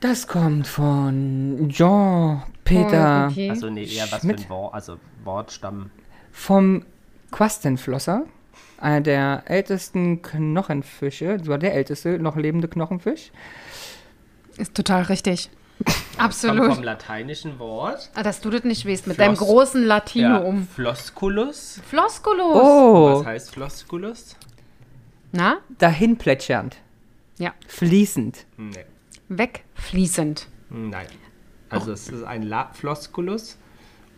Das kommt von Jean Peter Oh, Okay. Also nee, eher was Schmidt. für ein Wort, also Wortstamm. vom Quastenflosser, einer der ältesten Knochenfische, sogar der älteste noch lebende Knochenfisch. Ist total richtig. Kommt vom Absolut. lateinischen Wort. Ah, Dass du das nicht weißt, mit Floss. deinem großen Latino um. Flosculus. Floskulus. Oh, Was heißt Flosculus? Na? dahin plätschernd, Ja. fließend. Nee. Wegfließend. Nein. Oh. Also es ist ein La Flosculus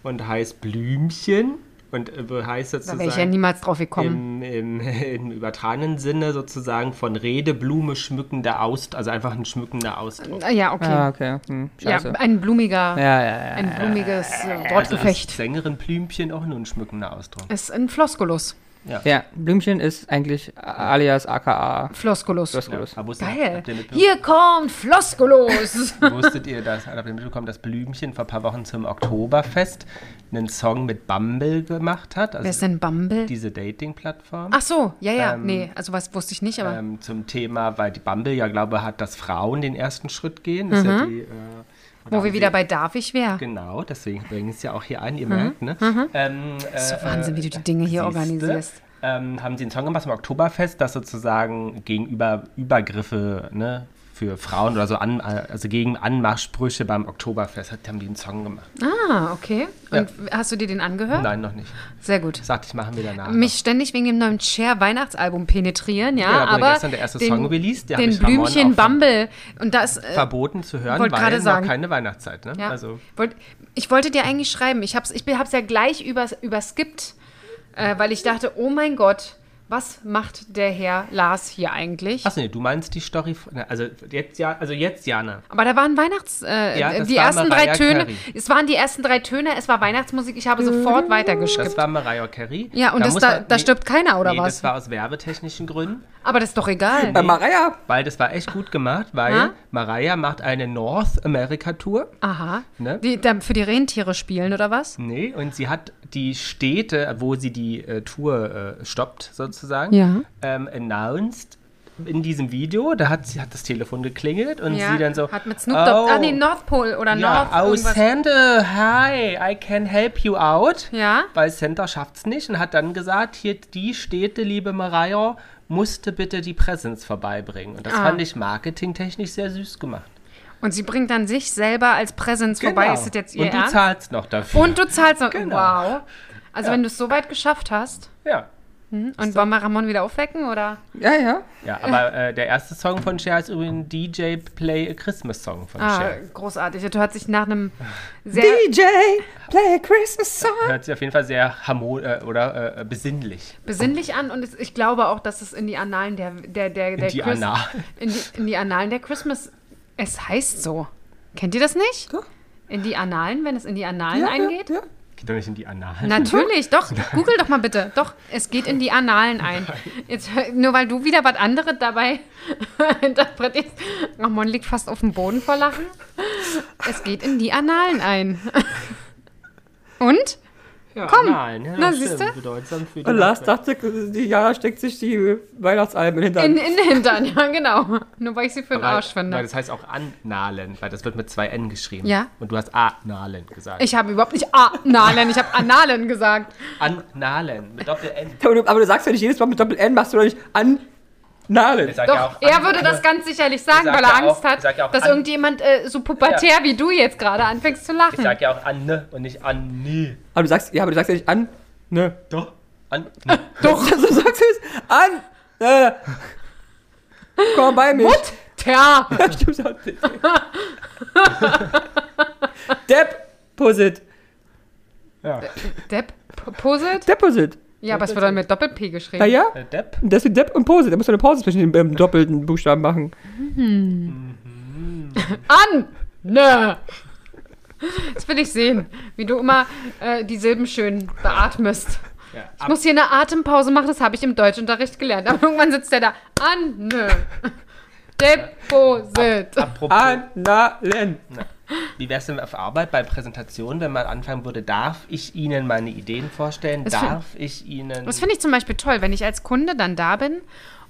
und heißt Blümchen und äh, heißt Da wäre ich ja sozusagen niemals drauf gekommen. im, im, im übertragenen Sinne sozusagen von Rede, Blume, schmückender Aust, also einfach ein schmückender Ausdruck. Ah, ja, okay. Ah, okay. Hm, ja, scheiße. ein blumiger, Ja, ja, ja. ein blumiges äh, Also ist Wortgefecht. Sängerin Blümchen auch nur ein schmückender Ausdruck. Ist ein Floskulus. Ja, Blümchen ist eigentlich alias aka Floskulus. Floskulus. Aber wusstet, Geil. Habt ihr mitbe- Hier kommt Floskulus. Wusstet ihr, dass, habt ihr mitbekommen, dass Blümchen vor ein paar Wochen zum Oktoberfest einen Song mit Bumble gemacht hat? Wer ist Also denn Ah. Bumble? diese Dating-Plattform. Ach so, ja, ja. nee, also was wusste ich nicht, aber. Ähm, zum Thema, weil die Bumble ja, glaube hat, dass Frauen den ersten Schritt gehen. Das ist Mhm. ja die, äh, wo wir wieder bei bei Darf ich wer? Genau, deswegen bringen es ja auch hier ein, ihr merkt, ne? Ähm, Mhm. Das ist äh, so Wahnsinn, wie du die Dinge hier Siehste, organisierst. Ähm, haben sie einen Song gemacht zum Oktoberfest, das sozusagen gegenüber Übergriffe ne, für Frauen oder so, an, also gegen Anmachsprüche beim Oktoberfest, hat, haben die einen Song gemacht. Ah, okay. Und hast du dir den angehört? Nein, noch nicht. Sehr gut. Sagte ich, machen wir danach. Mich ständig wegen dem neuen Cher Weihnachtsalbum penetrieren, ja, Ja, da wurde aber gestern der erste Song released, der hat den mich Ramon Blümchen auch ver- Bumble und das noch. äh, verboten zu hören, wollte gerade weil noch sagen. keine Weihnachtszeit, ne? Ja. Also, Wollt, ich wollte dir eigentlich schreiben. Ich hab's, ich bin- hab's ja gleich übers, überskippt, äh, weil ich dachte, oh mein Gott, was macht der Herr Lars hier eigentlich? achso, nee, du meinst die Story, von- ne, also jetzt, ja, also jetzt, Jana. Aber da waren Weihnachts... Äh, Ja, das die war ersten drei Mariah Töne. Carey. Es waren die ersten drei Töne, es war Weihnachtsmusik. Ich habe sofort Das weitergeskippt. war Mariah Carey. Ja, und das, muss da, man- da nee, stirbt keiner, oder nee, was? das war aus werbetechnischen Gründen. Aber das ist doch egal. Ähm, Bei Maria Weil das war echt gut gemacht, weil Ha? Mariah macht eine North America Tour. Aha. Ne? Die dann für die Rentiere spielen, oder was? Nee, und sie hat die Städte, wo sie die äh, Tour äh, stoppt, sozusagen, Ja. ähm, announced in diesem Video. Da hat, sie, hat das Telefon geklingelt und sie dann so. Hat mit Snoop Dogg... Oh, Ah, nee, North Pole oder ja, North oh, irgendwas. Santa, hi, I can help you out. Ja. Weil Santa schafft's nicht und hat dann gesagt, hier die Städte, liebe Mariah, musste bitte die Präsenz vorbeibringen. Und das Ah. fand ich marketingtechnisch sehr süß gemacht. Genau. Und sie bringt dann sich selber als Präsenz vorbei. Ist das jetzt ihr Und du Ernst? zahlst noch dafür. Und du zahlst noch. Genau. Wow. Also wenn du es so weit geschafft hast. ja. Und wollen wir Ramon wieder aufwecken, oder? Ja, ja. ja, aber äh, der erste Song von Cher ist übrigens DJ Play a Christmas Song von Ah, Cher. großartig. Das hört sich nach einem sehr... DJ, play a Christmas song. Hört sich auf jeden Fall sehr harmon äh, oder äh, besinnlich. besinnlich an und es, ich glaube auch, dass es in die Annalen der der der, der die Christ- Annalen. in die, in die Annalen der Christmas. Es heißt so. Kennt ihr das nicht? Ja. In die Annalen, wenn es in die Annalen Ja, ja, eingeht? ja. Geht doch nicht in die Annalen. Natürlich, doch. Google doch mal bitte. Doch, es geht in die Annalen ein. Jetzt, hör- nur weil du wieder was anderes dabei interpretierst. Ach, Mon liegt fast auf dem Boden vor Lachen. Es geht in die Annalen ein. Und? Ja, Komm. Annalen, ja, Na, stimmt. siehste? Bedeutsam für die Und Lars Nachwelt. dachte, die Jana steckt sich die Weihnachtsalben hinter. In, in den Hintern, ja, genau. Nur weil ich sie für den Weil- Arsch Weil finde. das heißt auch Annalen, weil das wird mit zwei N geschrieben. Ja. Und du hast Annalen gesagt. Ich habe überhaupt nicht Annalen, ich habe Annalen gesagt. Annalen mit Doppel-N. Aber du, aber du sagst ja nicht jedes Mal mit Doppel-N, machst du doch nicht an Nalen. Ich sag Doch, ja auch er An- würde das ganz sicherlich sagen, sagt weil ja er Angst auch- hat, sagt ja auch dass an- irgendjemand äh, so pubertär wie du jetzt gerade anfängst zu lachen. Ich sag ja auch Anne und nicht Anni. Aber du sagst, ja, aber du sagst ja nicht an. Ne. Doch. An Doch, so sagst du es. An. Äh. Komm bei mich. Mut? Tja. Stimmt's auch nicht. Deposit. ja. Depp? P- Posit? Deposit. Ja, aber es wird dann mit Doppel-P geschrieben. Naja, Äh, Depp. deswegen Depp und Posit. Da musst du eine Pause zwischen den ähm, doppelten Buchstaben machen. An! Nö! Jetzt will ich sehen, wie du immer äh, die Silben schön beatmest. Ja. Ich Ab, muss hier eine Atempause machen, das habe ich im Deutschunterricht gelernt. Aber irgendwann sitzt der da. An, nö. Deposit. apropos. Annalen. Wie wär's denn auf Arbeit bei Präsentationen, wenn man anfangen würde, darf ich Ihnen meine Ideen vorstellen? Das find- darf ich Ihnen. Das finde ich zum Beispiel toll, wenn ich als Kunde dann da bin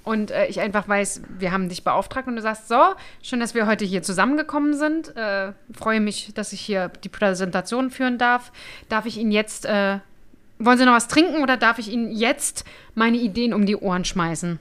und äh, ich einfach weiß, wir haben dich beauftragt und du sagst, so, schön, dass wir heute hier zusammengekommen sind. Äh, freue mich, dass ich hier die Präsentation führen darf. Darf ich Ihnen jetzt, äh, wollen Sie noch was trinken oder darf ich Ihnen jetzt meine Ideen um die Ohren schmeißen?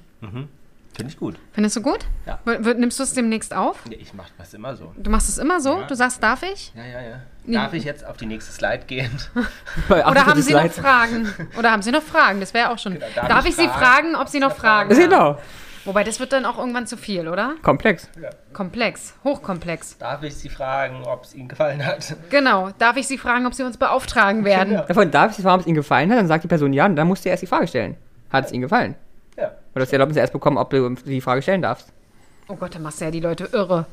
Finde ich gut. Findest du gut? Ja. W w- nimmst du es demnächst auf? Nee, ich mache das immer so. Du machst es immer so? Ja. Du sagst, darf ich? Ja, ja, ja. Darf ich jetzt auf die nächste Slide gehen? Oder haben Sie noch Fragen? Oder haben Sie noch Fragen? Das wäre auch schon. darf Genau, darf ich ich Sie fragen? fragen, ob Sie noch Fragen haben? Genau. Wobei, das wird dann auch irgendwann zu viel, oder? Komplex. Komplex, hochkomplex. darf ich Sie fragen, ob es Ihnen gefallen hat? Genau. Darf ich Sie fragen, ob Sie uns beauftragen werden? Genau. Davon darf ich fragen, ob es Ihnen gefallen hat. Dann sagt die Person ja und dann musst du erst die Frage stellen. Hat es Ihnen gefallen? Ja. Oder hast du die Erlaubnis erst bekommen, ob du die Frage stellen darfst? Oh Gott, da machst du ja die Leute irre.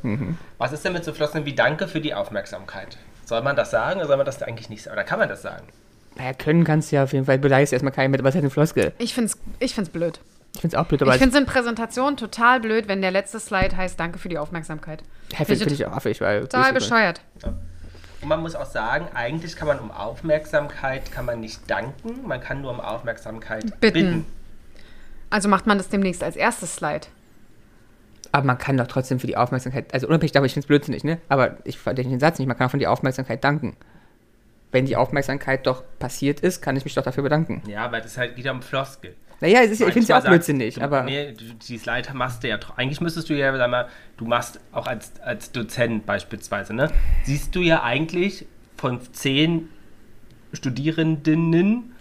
Was ist denn mit so Flossen wie Danke für die Aufmerksamkeit? Soll man das sagen oder soll man das eigentlich nicht sagen? Oder kann man das sagen? Naja, können kannst du ja auf jeden Fall. Beleidigst erstmal keinen mit, was ist halt eine Floskel? Ich find's, ich find's blöd. Ich find's auch blöd, aber Ich find's in Präsentationen total blöd, wenn der letzte Slide heißt Danke für die Aufmerksamkeit. heftig finde ich auch affig, weil. Total bescheuert. Und man muss auch sagen, eigentlich kann man um Aufmerksamkeit kann man nicht danken, man kann nur um Aufmerksamkeit bitten. Bitten. Also macht man das demnächst als erstes Slide. Aber man kann doch trotzdem für die Aufmerksamkeit, also unabhängig davon, ich finde es blödsinnig, ne? Aber ich verstehe den Satz nicht, man kann auch von die Aufmerksamkeit danken. Wenn die Aufmerksamkeit doch passiert ist, kann ich mich doch dafür bedanken. Ja, weil das halt wieder um Floskel. Naja, es ist, ja- ich finde es ja auch Manchmal sagt- blödsinnig, aber Nee, du- die Slide machst du ja. tro- Eigentlich müsstest du ja, sag mal, du machst auch als, als Dozent beispielsweise, ne? Siehst du ja eigentlich von zehn Studierenden,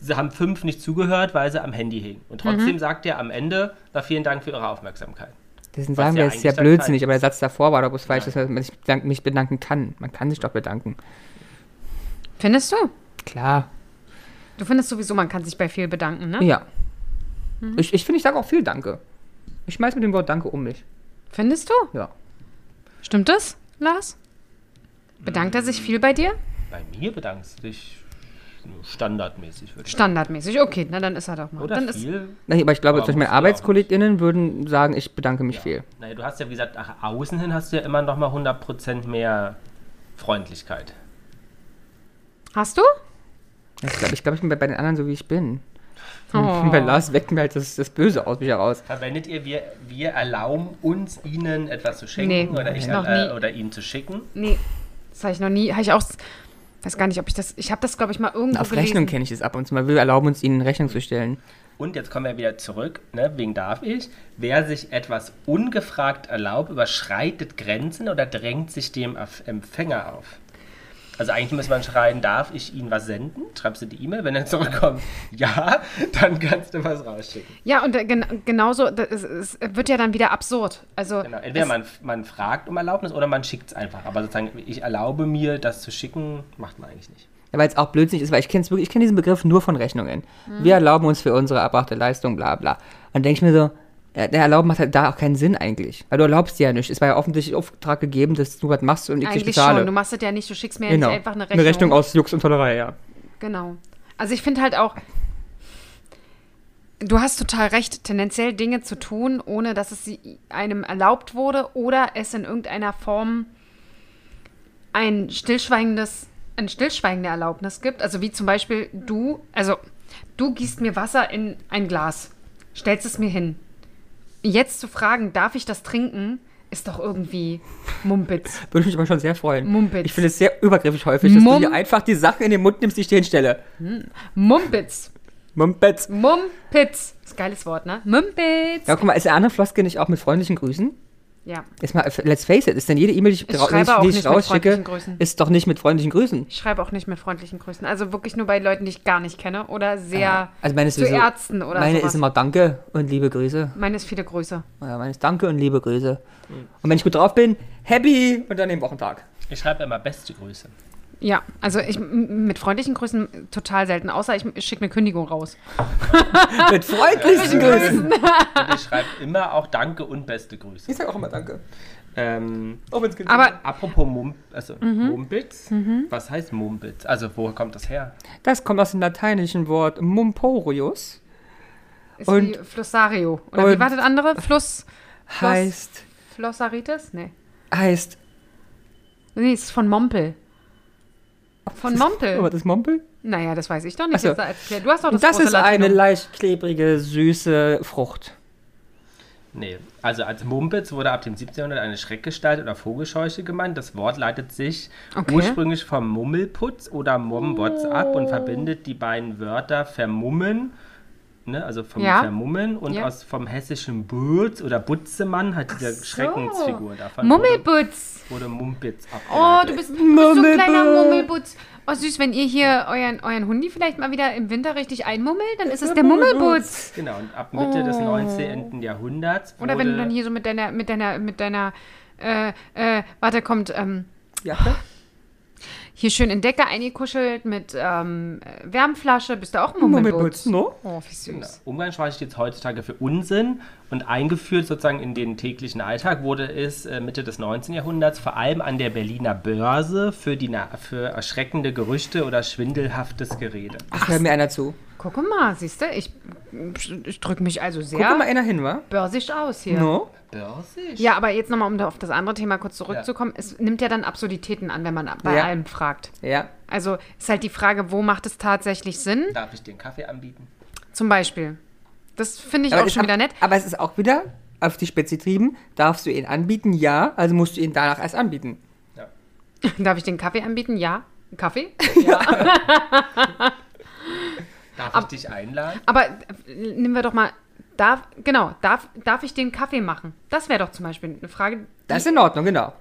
sie haben fünf nicht zugehört, weil sie am Handy hingen. Und trotzdem Mhm. sagt er am Ende, na, vielen Dank für Ihre Aufmerksamkeit. deswegen was sagen ja wir, es ist ja eigentlich der Fall blödsinnig, ist. aber der Satz davor war doch bloß falsch, dass man sich bedank- mich bedanken kann. Man kann sich doch bedanken. Findest du? Klar. Du findest sowieso, man kann sich bei viel bedanken, ne? Ja. Ich, ich finde, ich sage auch viel Danke. Ich schmeiß mit dem Wort Danke um mich. Findest du? Ja. Stimmt das, Lars? Bedankt er sich viel bei dir? Bei mir bedankst du dich standardmäßig, würde ich sagen. Standardmäßig. Okay, na dann ist er doch mal. Oder dann ist, viel? Nee, aber ich glaube, Aber zum Beispiel musst du ja meine auch nicht. ArbeitskollegInnen würden sagen, ich bedanke mich viel. Naja, du hast ja, wie gesagt, nach außen hin hast du ja immer noch mal 100% mehr Freundlichkeit. hast du? Ich glaube, ich, glaub, ich bin bei, bei den anderen so, wie ich bin. Oh. Bei Lars weckt mir halt das, das Böse aus mich heraus. Verwendet ihr, wir, wir erlauben uns, ihnen etwas zu schenken Nee, oder, ich, noch äh, nie. oder ihnen zu schicken? Nee, das habe ich noch nie. Habe ich auch. Weiß gar nicht, ob ich das. Ich habe das, glaube ich, mal irgendwo. Auf Rechnung gelesen. kenne ich das ab und zu mal. Wir erlauben uns, ihnen Rechnung zu stellen. Und jetzt kommen wir wieder zurück, ne, wegen darf ich. Wer sich etwas ungefragt erlaubt, überschreitet Grenzen oder drängt sich dem Af- Empfänger auf. Also eigentlich müsste man schreien, darf ich Ihnen was senden? Schreibst du die E-Mail, wenn er zurückkommt? Ja, dann kannst du was rausschicken. Ja, und äh, gen genauso. Das, es, es wird ja dann wieder absurd. Also. Genau. Entweder es, man, man fragt um Erlaubnis oder man schickt es einfach. Aber sozusagen, ich erlaube mir, das zu schicken, macht man eigentlich nicht. Ja, Weil es auch blödsinnig ist, weil ich kenne wirklich, ich kenne diesen Begriff nur von Rechnungen. Wir erlauben uns für unsere erbrachte Leistung, bla bla. Und dann denke ich mir so, ja, der Erlauben macht halt da auch keinen Sinn eigentlich. Weil du erlaubst dir ja nicht. Es war ja offensichtlich Auftrag gegeben, dass du was machst und ich dich eigentlich bezahle. schon. Du machst es ja nicht. Du schickst mir ja genau. nicht einfach eine Rechnung. Rechnung aus Jux und Tollerei, ja. genau. Also ich finde halt auch, du hast total recht, tendenziell Dinge zu tun, ohne dass es sie einem erlaubt wurde oder es in irgendeiner Form ein stillschweigendes, ein stillschweigende Erlaubnis gibt. Also wie zum Beispiel du, also du gießt mir Wasser in ein Glas, stellst es mir hin. Jetzt zu fragen, darf ich das trinken, ist doch irgendwie Mumpitz. Würde mich aber schon sehr freuen. Mumpitz. Ich finde es sehr übergriffig häufig, dass Mum- du dir einfach die Sachen in den Mund nimmst, die ich dir hinstelle. Mumpitz. Mumpets. Mumpitz. Ist geiles Wort, ne? Mumpitz. Ja, guck mal, ist der andere Floske nicht auch mit freundlichen Grüßen? Ja. Ist mal, let's face it, ist denn jede E-Mail, die ich, Ich drau- schreibe auch die ich nicht mit rausschicke, freundlichen Grüßen. ist doch nicht mit freundlichen Grüßen. Ich schreibe auch nicht mit freundlichen Grüßen. Also wirklich nur bei Leuten, die ich gar nicht kenne oder sehr Also meine ist zu sowieso- Ärzten oder Meine sowas. ist immer Danke und liebe Grüße. meine ist viele Grüße. Ja, meine ist Danke und liebe Grüße. Hm. Und wenn ich gut drauf bin, happy und dann den Wochentag. Ich schreibe immer beste Grüße. Ja, also ich m- mit freundlichen Grüßen total selten, außer ich schicke eine Kündigung raus. Ah. Mit freundlichen Grüßen. Und ich schreibe immer auch Danke und beste Grüße. Ich sag auch immer Danke. Ähm, Auch wenn's geht. Aber apropos Mum also Mhm. Mumpitz, was heißt Mumpitz? Also woher kommt das her? das kommt aus dem lateinischen Wort mumporius. ist Und- wie Flossario. Oder wie und- war das andere? Fluss. Heißt, Flossaritis? Nee. heißt, Nee, es ist von Mompel. Von Mompel. was Oh, ist Mompel? Naja, das weiß ich doch nicht. Ach so. Jetzt als Erklär- Du hast doch das, Und das große ist eine Latinum. leicht klebrige, süße Frucht. Nee, also als Mumpitz wurde ab dem 17. Jahrhundert eine Schreckgestalt oder Vogelscheuche gemeint. Das Wort leitet sich Okay. Oh. ursprünglich vom Mummelputz oder Mombots ab und verbindet die beiden Wörter vermummen, ne, also vom Ja. Vermummen und Ja. aus vom hessischen Bürz oder Butzemann hat diese Schreckensfigur davon. Mummelbutz. Wurde, wurde Mumpitz Oh, abgeleitet. du bist, du bist so ein kleiner Mummelbutz. Mummelbutz. Oh, süß, wenn ihr hier euren, euren Hundi vielleicht mal wieder im Winter richtig einmummelt, dann ist es der Mummelbutz. Genau, und ab Mitte des 19. Jahrhunderts wurde Oh. Oder wenn du dann hier so mit deiner, mit deiner, mit deiner, äh, äh, warte, kommt, ähm, Ja, hier schön in Decke eingekuschelt mit ähm, äh, Wärmflasche, bist du auch ein Mummelbutz. Mummelbutz, ne? Oh, wie süß. Umgangssprachlich steht es heutzutage für Unsinn und eingeführt sozusagen in den täglichen Alltag wurde es äh, Mitte des 19. Jahrhunderts vor allem an der Berliner Börse für, die, na- für erschreckende Gerüchte oder schwindelhaftes Gerede. Ach, hör mir einer zu. Guck mal, siehst du, ich, ich drücke mich also Guck sehr mal einer hin, wa? börsig aus hier. No? Börsig? Ja, aber jetzt nochmal, um da auf das andere Thema kurz zurückzukommen, es nimmt ja dann Absurditäten an, wenn man bei Ja. allem fragt. Ja. Also ist halt die Frage, wo macht es tatsächlich Sinn? Darf ich den Kaffee anbieten? Zum Beispiel. Das finde ich auch es schon ist wieder nett. Aber es ist auch wieder auf die Spitze getrieben. Darfst du ihn anbieten? Ja. Also musst du ihn danach erst anbieten. Darf ich den Kaffee anbieten? Ja. Einen Kaffee? Darf ich dich einladen? Aber äh, nehmen wir doch mal, darf, genau, darf, darf ich den Kaffee machen? Das wäre doch zum Beispiel eine Frage. Das ist in Ordnung, genau.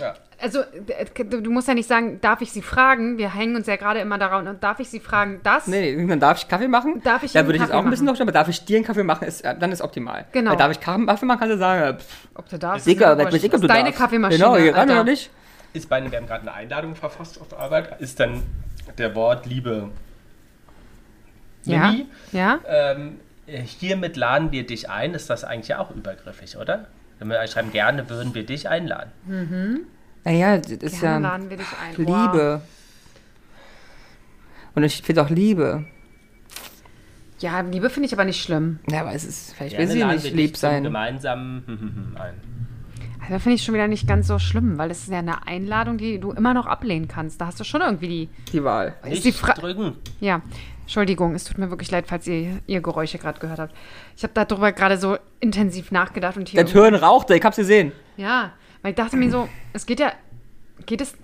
Ja. Also, äh, du du musst ja nicht sagen, darf ich sie fragen? Wir hängen uns ja gerade immer daran. Und darf ich sie fragen, das? Nee, nee, dann darf ich Kaffee machen. Darf ich Dann ihm würde ich jetzt Kaffee auch ein bisschen machen? noch aber darf ich dir einen Kaffee machen, ist, äh, dann ist optimal. Genau. Weil darf ich Kaffee machen, kannst du sagen, äh, pff, Ob du darfst? ist Digga, mir was wurscht. weiß ich, ob du Ist deine darfst. Kaffeemaschine. Genau, hier ran Alter. oder nicht? Ist bei, wir haben gerade eine Einladung verfasst auf der Arbeit, ist dann der Wort Liebe Ja. Mimi. Ja. Ähm, hiermit laden wir dich ein. Ist das eigentlich ja auch übergriffig, oder? Wenn wir schreiben, gerne würden wir dich einladen. Naja, das ist Gerne ja laden wir dich ein. Wow. Liebe. Und ich finde auch Liebe. Ja, Liebe finde ich aber nicht schlimm. Ja, aber es ist, vielleicht Gerne will sie laden nicht wir lieb dich zum sein. Gemeinsamen ein. Also finde ich schon wieder nicht ganz so schlimm, weil das ist ja eine Einladung, die du immer noch ablehnen kannst. Da hast du schon irgendwie die. Die Wahl. Ist Nicht die Fra- drücken. Ja, Entschuldigung, es tut mir wirklich leid, falls ihr ihr Geräusche gerade gehört habt. Ich habe darüber gerade so intensiv nachgedacht und hier. Das Hirn rauchte, ich hab's gesehen. Ja, weil ich dachte mir so, es geht ja, geht es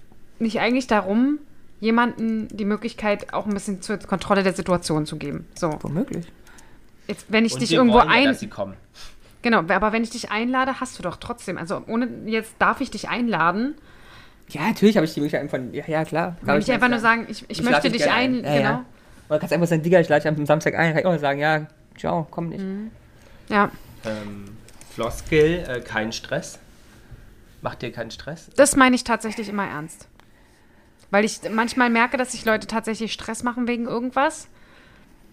nicht eigentlich darum, jemanden die Möglichkeit auch ein bisschen zur Kontrolle der Situation zu geben. So, Womöglich. jetzt wenn ich Und dich wir irgendwo wollen ja, ein, dass sie kommen. genau, aber wenn ich dich einlade, hast du doch trotzdem, also ohne jetzt darf ich dich einladen, Ja, natürlich habe ich die Möglichkeit von, ja, ja, klar. Darf kann ich einfach ganz nur sagen, ich, ich, Ich lade möchte dich dich gerne ein, ein. Ja, genau. ja. Oder kannst einfach sagen, Digga, ich lade dich am Samstag ein. Kann ich auch sagen, ja, ciao, komm nicht. Mhm. Ja, Ähm, Floskel, äh, kein Stress. Macht dir keinen Stress? das meine ich tatsächlich immer ernst. Weil ich manchmal merke, dass sich Leute tatsächlich Stress machen wegen irgendwas.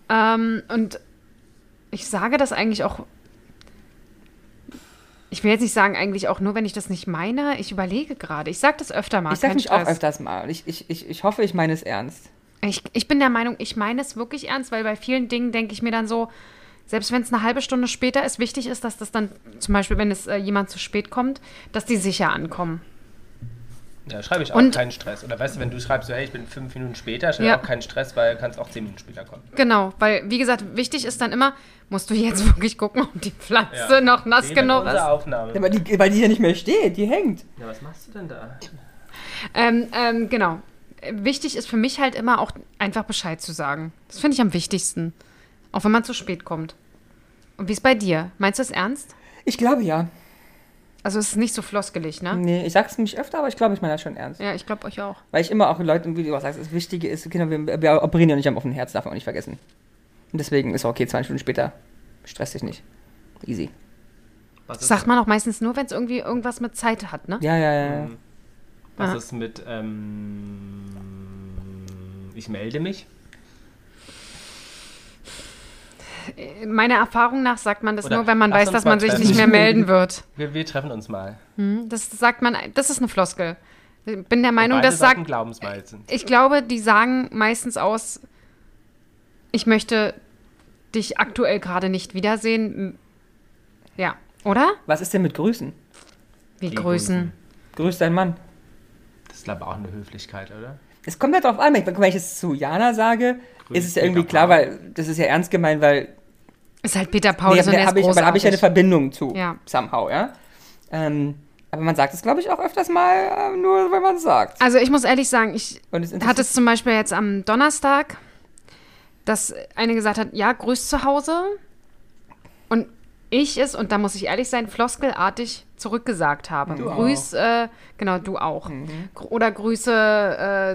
Ähm, und ich sage das eigentlich auch. Ich will jetzt nicht sagen, eigentlich auch nur, wenn ich das nicht meine. Ich überlege gerade. Ich sage das öfter mal. Ich sag kein mich auch Stress. öfters mal. Ich, ich, ich, ich hoffe, ich meine es ernst. Ich, ich bin der Meinung, ich meine es wirklich ernst, weil bei vielen Dingen denke ich mir dann so, selbst wenn es eine halbe Stunde später ist, wichtig ist, dass das dann, zum Beispiel, wenn es äh, jemand zu spät kommt, dass die sicher ankommen. Da schreibe ich auch Und- keinen Stress. Oder weißt du, wenn du schreibst, so, hey, ich bin fünf Minuten später, schreibe Ja. auch keinen Stress, weil du kannst auch zehn Minuten später kommen. Genau, weil, wie gesagt, wichtig ist dann immer, musst du jetzt wirklich gucken, ob die Pflanze Ja. noch nass Sehen wir genug ist. Unsere Aufnahme. Weil die, weil die hier nicht mehr steht, die hängt. Ja, was machst du denn da? Ähm, ähm, genau. Äh, Wichtig ist für mich halt immer auch einfach Bescheid zu sagen. Das finde ich am wichtigsten. Auch wenn man zu spät kommt. Und wie ist bei dir? Meinst du es ernst? Ich glaube ja. Also es ist nicht so floskelig, ne? Nee, ich sag's nicht öfter, aber ich glaube, ich meine das schon ernst. Ja, ich glaube euch auch. Weil ich immer auch Leuten, wie du auch sagst, das Wichtige ist, Kinder, wir, wir operieren ja nicht am offenen Herz, darf man auch nicht vergessen. Und deswegen ist auch okay, 20 Stunden später. Stress dich nicht. Easy. Was Das ist, sagt man auch meistens nur, wenn es irgendwie irgendwas mit Zeit hat, ne? Ja, ja, ja. ja. was Ah. ist mit, ähm, ich melde mich? Meiner Erfahrung nach sagt man das Oder nur, wenn man lass weiß, uns dass mal man sich treffen. nicht mehr melden wird. Wir, wir treffen uns mal. Das sagt man, das ist eine Floskel. Ich bin der Meinung, Beide das Seiten sagt, Glaubenswalzen. ich glaube, die sagen meistens aus, ich möchte dich aktuell gerade nicht wiedersehen. Ja, oder? Was ist denn mit Grüßen? Wie Die grüßen. Grüß deinen Mann. Das ist aber auch eine Höflichkeit, oder? Es kommt ja drauf an, wenn wenn ich es zu Jana sage, Grüß ist es ja Peter irgendwie klar, Pan. weil das ist ja ernst gemeint, weil Ist halt Peter Paul, nee, und der da ist habe ich, aber da hab ich ja eine großartig. Verbindung zu, Ja. somehow, ja. Ähm, aber man sagt es, glaube ich, auch öfters mal, äh, nur wenn man es sagt. Also ich muss ehrlich sagen, ich Und es interessiert- hatte es zum Beispiel jetzt am Donnerstag, dass eine gesagt hat, ja, grüß zu Hause. Und ich es, und da muss ich ehrlich sein, floskelartig zurückgesagt habe. grüß, äh, genau, du auch. Gr- Oder grüße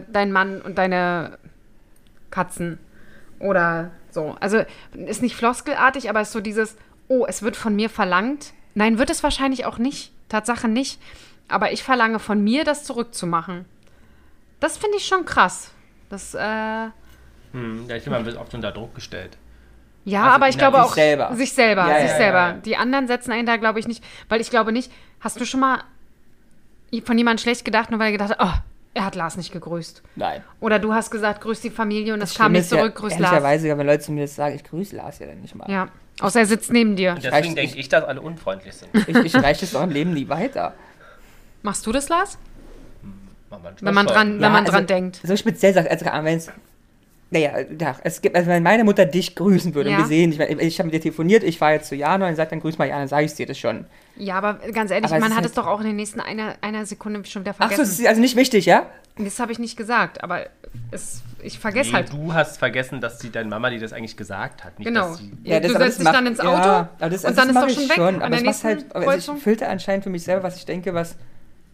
äh, deinen Mann und deine Katzen. Oder so. Also ist nicht floskelartig, aber ist so dieses, oh, es wird von mir verlangt. Nein, wird es wahrscheinlich auch nicht. Tatsache nicht. Aber ich verlange von mir, das zurückzumachen. Das finde ich schon krass. Das, äh, ja, Hm, ja, ich finde, man wird oft unter Druck gestellt. aber ich na, glaube sich auch Also selber. sich selber, Ja, sich ja, selber. ja, ja. Die anderen setzen einen da, glaube ich, nicht, weil ich glaube nicht, hast du schon mal von jemandem schlecht gedacht, nur weil er gedacht hat, oh, er hat Lars nicht gegrüßt. Nein. Oder du hast gesagt, grüß die Familie und das, kam nicht Schlimm ist zurück, grüß ja, Lars. Ehrlicherweise, wenn Leute zu mir das sagen, ich grüße Lars ja dann nicht mal. Ja, außer er sitzt neben dir. Deswegen ich- denke ich, dass alle unfreundlich sind. Ich, ich reiche das doch im Leben nie weiter. Machst du das, Lars? Manchmal Wenn man schon. dran, wenn man dran denkt. also, So speziell sagt, also wenn es. Naja, ja, es gibt, also wenn meine Mutter dich grüßen würde Ja. und wir sehen, ich, ich habe mit dir telefoniert, ich fahre jetzt zu Jana und sagt, dann grüß mal Jana, dann sage ich dir das schon. Ja, aber ganz ehrlich, Aber es man ist hat halt- es doch auch in den nächsten einer, einer Sekunde schon wieder Ach so, vergessen. das ist also nicht wichtig, ja? das habe ich nicht gesagt, aber es, ich vergesse Nee, halt. Du hast vergessen, dass die, deine Mama dir das eigentlich gesagt hat. Nicht, Genau. Dass sie, ja du aber setzt dich macht- dann ins Auto ja, aber das, also und dann das ist doch mache ich schon weg. Schon, An aber der es macht nächsten halt, aber also Kreuzung. ich filter anscheinend für mich selber, was ich denke, was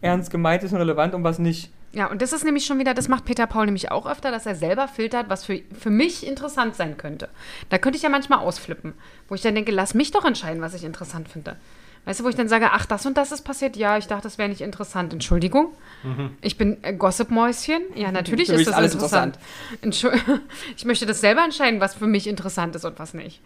ernst gemeint ist und relevant und was nicht. Ja, und das ist nämlich schon wieder, das macht Peter Paul nämlich auch öfter, dass er selber filtert, was für, für mich interessant sein könnte. Da könnte ich ja manchmal ausflippen, wo ich dann denke, lass mich doch entscheiden, was ich interessant finde. Weißt du, wo ich dann sage, ach, das und das ist passiert. Ja, ich dachte, das wäre nicht interessant. Entschuldigung. Ich bin äh, Gossip-Mäuschen. Ja, natürlich Mhm. Für ist mich ist das alles interessant. Entschu- ich möchte das selber entscheiden, was für mich interessant ist und was nicht.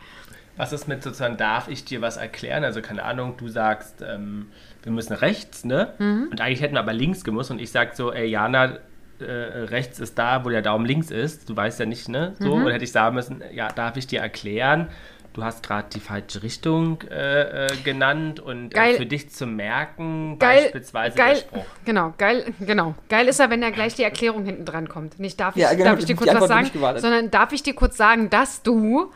was ist mit sozusagen, darf ich dir was erklären? Also, keine Ahnung, du sagst, ähm, wir müssen rechts, ne? Mhm. Und eigentlich hätten wir aber links gemusst. Und ich sag so, ey, Jana, äh, rechts ist da, wo der Daumen links ist. Du weißt ja nicht, ne? So, Mhm. und hätte ich sagen müssen, ja, darf ich dir erklären? Du hast gerade die falsche Richtung äh, äh, genannt und äh, Geil. für dich zu merken, Geil. beispielsweise geil. der Spruch. Genau, geil, genau. Geil ist er, wenn er gleich die Erklärung hinten dran kommt. Nicht darf ich, Ja, genau, darf ich die dir kurz was Antwort hab sagen, ich gewartet. sondern darf ich dir kurz sagen, dass du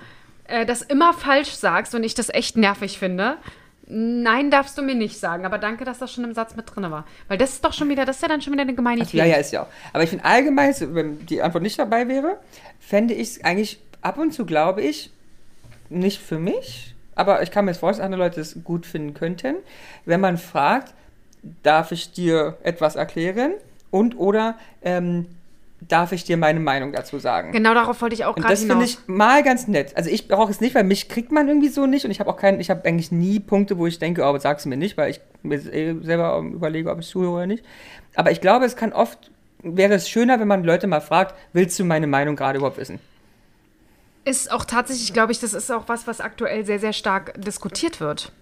äh, das immer falsch sagst und ich das echt nervig finde. Nein, darfst du mir nicht sagen, aber danke, dass das schon im Satz mit drin war. Weil das ist doch schon wieder, das ist ja dann schon wieder eine Gemeinität. Ja, ja, ist ja auch. Aber ich finde allgemein, so, wenn die Antwort nicht dabei wäre, fände ich es eigentlich ab und zu, glaube ich, nicht für mich, aber ich kann mir jetzt vorstellen, dass andere Leute es gut finden könnten, wenn man fragt, darf ich dir etwas erklären und oder ähm, darf ich dir meine Meinung dazu sagen? Genau darauf wollte ich auch Und gerade das finde hinaus. ich mal ganz nett. Also ich brauche es nicht, weil mich kriegt man irgendwie so nicht und ich habe auch keinen, ich habe eigentlich nie Punkte, wo ich denke, oh, aber sag's mir nicht, weil ich mir eh selber ähm, überlege, ob ich zuhöre oder nicht. Aber ich glaube, es kann oft, wäre es schöner, wenn man Leute mal fragt, willst du meine Meinung gerade überhaupt wissen? Ist auch tatsächlich, glaube ich, das ist auch was, was aktuell sehr, sehr stark diskutiert wird.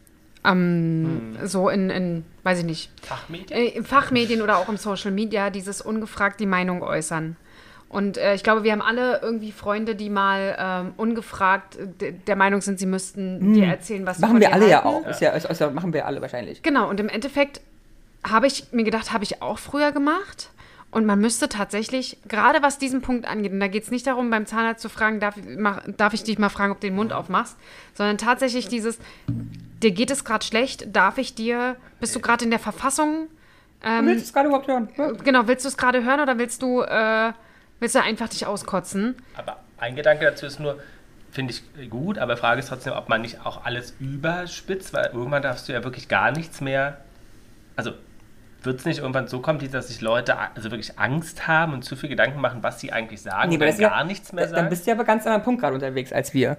Ähm, Hm. So in, in, weiß ich nicht, Fachmedien? Äh, in Fachmedien oder auch im Social Media dieses ungefragt die Meinung äußern. Und äh, ich glaube, wir haben alle irgendwie Freunde, die mal ähm, ungefragt d- der Meinung sind, sie müssten dir erzählen, was sie Hm. von Machen wir dir alle ja halten. auch. Ist ja, ist, ist ja, machen wir alle wahrscheinlich. Genau, und im Endeffekt habe ich mir gedacht, habe ich auch früher gemacht. Und man müsste tatsächlich, gerade was diesen Punkt angeht, und da geht es nicht darum, beim Zahnarzt zu fragen, darf, mach, darf ich dich mal fragen, ob du den Mund aufmachst, sondern tatsächlich dieses, dir geht es gerade schlecht, darf ich dir, bist Äh. du gerade in der Verfassung, ähm, Willst du es gerade überhaupt hören? Ja. genau, willst du es gerade hören oder willst du, äh, willst du einfach dich auskotzen? Aber ein Gedanke dazu ist nur, finde ich gut, aber Frage ist trotzdem, ob man nicht auch alles überspitzt, weil irgendwann darfst du ja wirklich gar nichts mehr. Also wird es nicht irgendwann so kommen, dass sich Leute a- also wirklich Angst haben und zu viel Gedanken machen, was sie eigentlich sagen und aber dann das ist ja- gar nichts mehr Dann sagen? bist du ja aber ganz anderen Punkt gerade unterwegs als wir.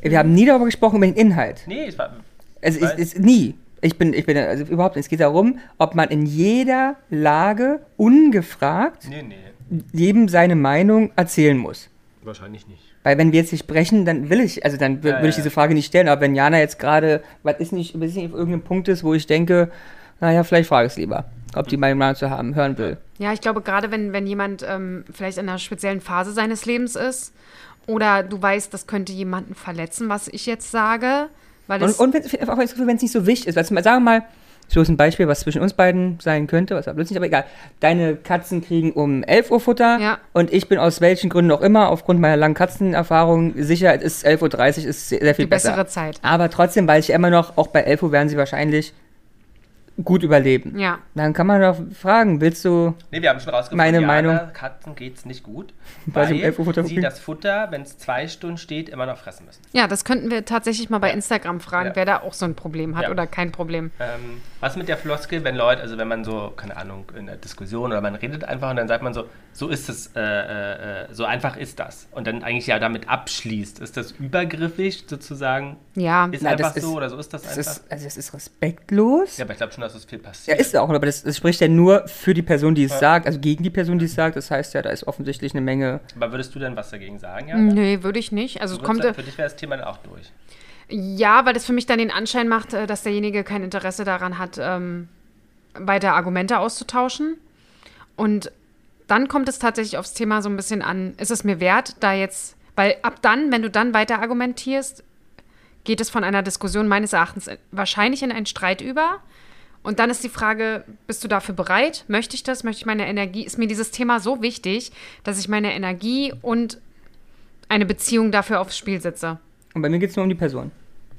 Wir haben nie darüber gesprochen, über den Inhalt. nee, ich war. Also Weil- ich, ist nie. Ich bin, ich bin also überhaupt nicht. Es geht darum, ob man in jeder Lage ungefragt Nee, nee, jedem seine Meinung erzählen muss. wahrscheinlich nicht. Weil wenn wir jetzt nicht sprechen, dann will ich, also dann w- Ja, würde ich ja. diese Frage nicht stellen. Aber wenn Jana jetzt gerade, was ist nicht, was ist nicht auf irgendeinem Punkt ist, wo ich denke, naja, vielleicht frage ich es lieber, ob die meine Meinung zu haben, hören will. Ja, ich glaube, gerade wenn, wenn jemand ähm, vielleicht in einer speziellen Phase seines Lebens ist oder du weißt, das könnte jemanden verletzen, was ich jetzt sage, weil Und, es. und wenn- auch wenn es nicht so wichtig ist, also mal- sagen wir mal, so ist ein Beispiel, was zwischen uns beiden sein könnte, was plötzlich, aber egal. Deine Katzen kriegen um 11 Uhr Futter Ja. und ich bin aus welchen Gründen auch immer, aufgrund meiner langen Katzenerfahrung, sicher, es ist 11.30 Uhr ist sehr sehr viel Die besser. bessere Zeit. Aber trotzdem weiß ich immer noch, auch bei 11 Uhr werden sie wahrscheinlich gut überleben. ja. Dann kann man doch fragen, willst du, Nee, wir haben schon rausgefunden, Meine Jana, Meinung- Katzen geht's nicht gut, Weil weil, sie um 11 Uhr Futter sie kriegen. das Futter, wenn es zwei Stunden steht, immer noch fressen müssen. ja, das könnten wir tatsächlich mal bei Instagram fragen, Ja. wer da auch so ein Problem hat Ja. oder kein Problem. Ähm, was mit der Floskel, wenn Leute, also wenn man so, keine Ahnung, in einer Diskussion oder man redet einfach und dann sagt man so, so ist es, äh, äh, äh, so einfach ist das. Und dann eigentlich ja damit abschließt. Ist das übergriffig sozusagen? Ja, Ist Na, das einfach ist- so oder so ist das, das einfach? ist, also das ist respektlos? ja, aber ich glaube schon, dass es viel Ja, passiert. ist auch, aber das, das spricht ja nur für die Person, die es sagt, also gegen die Person, die es sagt. Das heißt ja, da ist offensichtlich eine Menge. aber würdest du denn was dagegen sagen? Mm, Ja? nee, würde ich nicht. Also es Würdest kommt. du- äh, Für dich wäre das Thema dann auch durch. Ja, weil das für mich dann den Anschein macht, äh, dass derjenige kein Interesse daran hat, ähm, weiter Argumente auszutauschen. Und dann kommt es tatsächlich aufs Thema so ein bisschen an, ist es mir wert, da jetzt, weil ab dann, wenn du dann weiter argumentierst, geht es von einer Diskussion meines Erachtens wahrscheinlich in einen Streit über. Und dann ist die Frage, bist du dafür bereit? Möchte ich das? Möchte ich meine Energie? Ist mir dieses Thema so wichtig, dass ich meine Energie und eine Beziehung dafür aufs Spiel setze? Und bei mir geht es nur um die Person.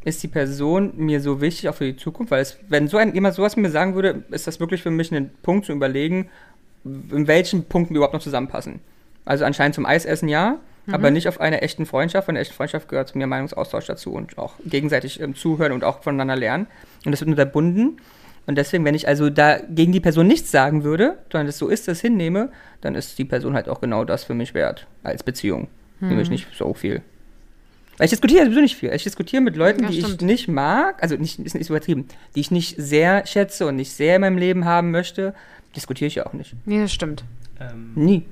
Ist die Person mir so wichtig, auch für die Zukunft? Weil es, wenn so ein, jemand sowas mir sagen würde, ist das wirklich für mich ein Punkt zu überlegen, in welchen Punkten wir überhaupt noch zusammenpassen. Also anscheinend zum Eisessen ja, Mhm. aber nicht auf einer echten Freundschaft. Von einer echten Freundschaft gehört zu mir Meinungsaustausch dazu und auch gegenseitig ähm, zuhören und auch voneinander lernen. Und das wird unterbunden. Und deswegen, wenn ich also da gegen die Person nichts sagen würde, sondern das so ist, das hinnehme, dann ist die Person halt auch genau das für mich wert als Beziehung. Mhm. Nämlich nicht so viel. Weil ich diskutiere sowieso nicht viel. Ich diskutiere mit Leuten, Ja, die stimmt. ich nicht mag, also nicht, ist nicht übertrieben, die ich nicht sehr schätze und nicht sehr in meinem Leben haben möchte, diskutiere ich ja auch nicht. Nee, das stimmt. Ähm, Nie.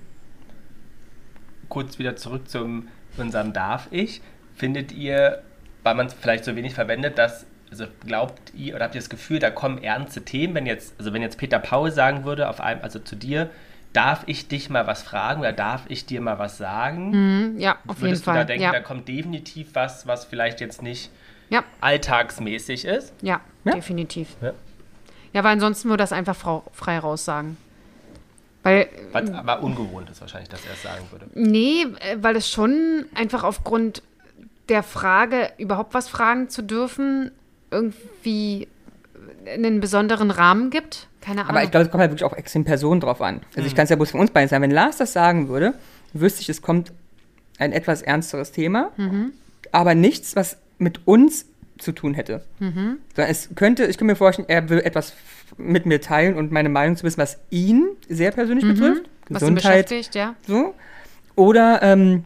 kurz wieder zurück zu unserem Darf ich. Findet ihr, weil man es vielleicht so wenig verwendet, dass, also glaubt ihr oder habt ihr das Gefühl, da kommen ernste Themen, wenn jetzt, also wenn jetzt Peter Paul sagen würde, auf einem, also zu dir, darf ich dich mal was fragen oder darf ich dir mal was sagen? Ja, Hm, auf jeden Würdest du da Fall. denken, ja. da kommt definitiv was, was vielleicht jetzt nicht ja, alltagsmäßig ist? ja, Ja. definitiv. Ja. Ja, weil ansonsten würde das einfach frau, frei raussagen. Weil, Was aber ungewohnt ist wahrscheinlich, dass er es sagen würde. nee, äh, weil es schon einfach aufgrund der Frage, überhaupt was fragen zu dürfen, irgendwie einen besonderen Rahmen gibt. Keine Ahnung. Aber ich glaube, es kommt halt wirklich auch extrem Personen drauf an. Also Mhm. ich kann es ja bloß von uns beiden sagen. Wenn Lars das sagen würde, wüsste ich, es kommt ein etwas ernsteres Thema, Mhm. aber nichts, was mit uns zu tun hätte. Mhm. Sondern es könnte, ich könnte mir vorstellen, er will etwas f- mit mir teilen und meine Meinung zu wissen, was ihn sehr persönlich betrifft. Mhm. was ihn beschäftigt, ja. So. Oder ähm,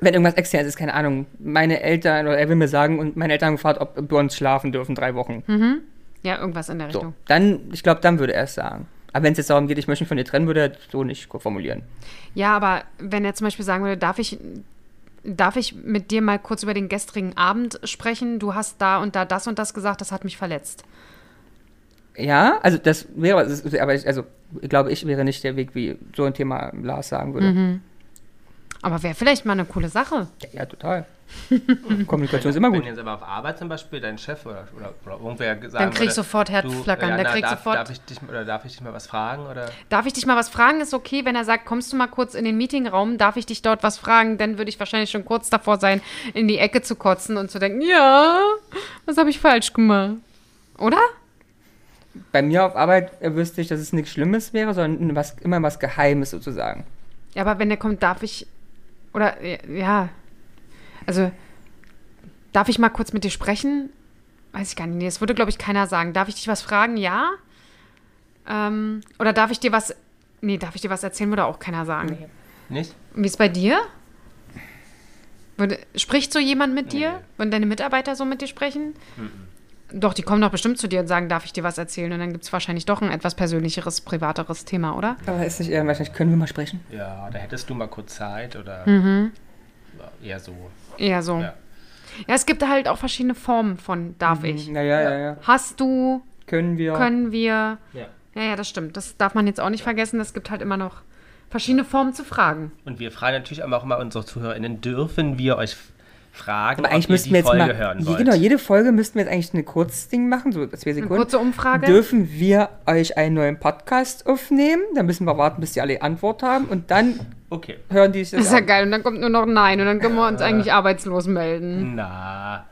wenn irgendwas externes ist, keine Ahnung, meine Eltern, oder er will mir sagen, und meine Eltern haben gefragt, ob wir uns schlafen dürfen, drei Wochen. Ja, irgendwas in der So. Richtung. Dann, ich glaube, dann würde er es sagen. Aber wenn es jetzt darum geht, ich möchte mich von dir trennen, würde er so nicht formulieren. Ja, aber wenn er zum Beispiel sagen würde, darf ich, darf ich mit dir mal kurz über den gestrigen Abend sprechen? Du hast da und da das und das gesagt, das hat mich verletzt. Ja, also das wäre, aber es ist- aber ich, also glaube ich, wäre nicht der Weg, wie so ein Thema Lars sagen würde. Aber wäre vielleicht mal eine coole Sache. Ja, total. Kommunikation ist immer Wenn gut. jetzt aber auf Arbeit zum Beispiel dein Chef oder, oder, oder irgendwer gesagt Dann krieg ich sofort Herzflackern, dann krieg ich äh, darf, sofort- Darf ich, dich, oder darf ich dich mal was fragen? Oder? Darf ich dich mal was fragen? Ist okay, wenn er sagt, kommst du mal kurz in den Meetingraum, darf ich dich dort was fragen? Dann würde ich wahrscheinlich schon kurz davor sein, in die Ecke zu kotzen und zu denken, ja, was habe ich falsch gemacht? Oder? Bei mir auf Arbeit äh, wüsste ich, dass es nichts Schlimmes wäre, sondern was, immer was Geheimes sozusagen. Ja, aber wenn er kommt, darf ich. Oder äh, ja. Also, darf ich mal kurz mit dir sprechen? Weiß ich gar nicht. Nee, das würde, glaube ich, keiner sagen. Darf ich dich was fragen? Ja. Ähm, oder darf ich dir was. Nee, darf ich dir was erzählen, würde auch keiner sagen. Nicht? Und Wie ist bei dir? Würde, spricht so jemand mit dir? Würden deine Mitarbeiter so mit dir sprechen? Doch, die kommen doch bestimmt zu dir und sagen, darf ich dir was erzählen? Und dann gibt es wahrscheinlich doch ein etwas persönlicheres, privateres Thema, oder? Aber ist nicht eher wahrscheinlich, können wir mal sprechen? Ja, da hättest du mal kurz Zeit oder Mhm. Ja, eher so. Eher so. Ja. Ja. es gibt halt auch verschiedene Formen von darf ich. Naja, ja, ja. Hast du, Können wir. können wir. Ja. Ja, ja, das stimmt. Das darf man jetzt auch nicht vergessen. Es gibt halt immer noch verschiedene Formen zu fragen. Und wir fragen natürlich auch immer unsere ZuhörerInnen, dürfen wir euch f- fragen, Aber eigentlich ob ihr müssten die wir jetzt Folge mal. hören je- wollt? Genau, jede Folge müssten wir jetzt eigentlich eine Kurzding machen, so zwei Sekunden. kurze Umfrage. Dürfen wir euch einen neuen Podcast aufnehmen? Dann müssen wir warten, bis die alle Antwort haben und dann okay. hören die sich das Das ist ja an. geil. Und dann kommt nur noch Nein. Und dann können wir uns eigentlich arbeitslos melden. Na,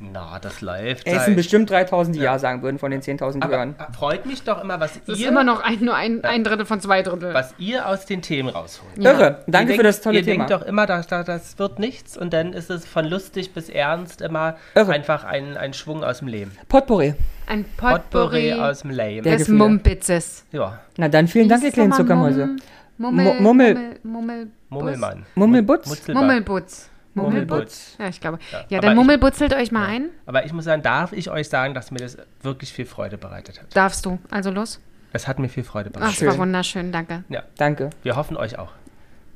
na, das läuft. Es sind halt. bestimmt 3000, die ja. sagen würden von den 10.000, die hören. Aber freut mich doch immer, was Das ist ihr, immer noch ein, nur ein, ein Drittel von zwei Drittel. was ihr aus den Themen rausholt. Irre. Danke Ihr für denkt- das tolle ihr Thema. Ihr denkt doch immer, das, das, das wird nichts und dann ist es von lustig bis ernst immer Irre. einfach ein, ein Schwung aus dem Leben. Potpourri. Ein Potpourri Potpourri, aus dem Leben. Der- des Gefühle. Mumpitzes. Ja, Na dann vielen Dank, ihr kleinen Zuckermäuse. Mummel, Mu- Mummel- Mummel, Mummel, Mummelmann. Mummelbutz? Mutzelbach. Mummelbutz. Mummelbutz. Ja, ich glaube. Ja, aber dann ich- Mummelbutzelt euch mal ein. Aber ich muss sagen, darf ich euch sagen, dass mir das wirklich viel Freude bereitet hat. Darfst du. Also los. Das hat mir viel Freude bereitet. Ach, es war wunderschön, danke. Danke. Wir hoffen euch auch.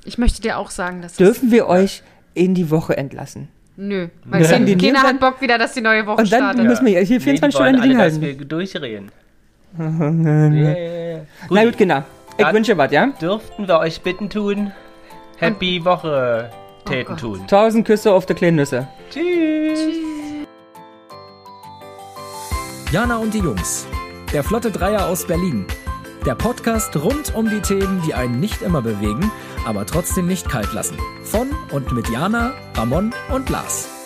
Ich möchte dir auch sagen, dass. Dürfen wir euch in die Woche entlassen? Es, nö. Weil Wenn die keiner nehmen, hat Bock wieder, dass die neue Woche Und dann startet. müssen wir hier Nee, die 24 wollen Stunden die Dinge alle, dass halten. wir durchreden. Na gut, genau. Ich Dann- wünsche was, ja? Dürften wir euch bitten tun? Happy Woche, Täten Gott. tun. Tausend Küsse auf die kleinen Nüsse. Tschüss. Jana und die Jungs. Der Flotte Dreier aus Berlin. Der Podcast rund um die Themen, die einen nicht immer bewegen, aber trotzdem nicht kalt lassen. Von und mit Jana, Ramon und Lars.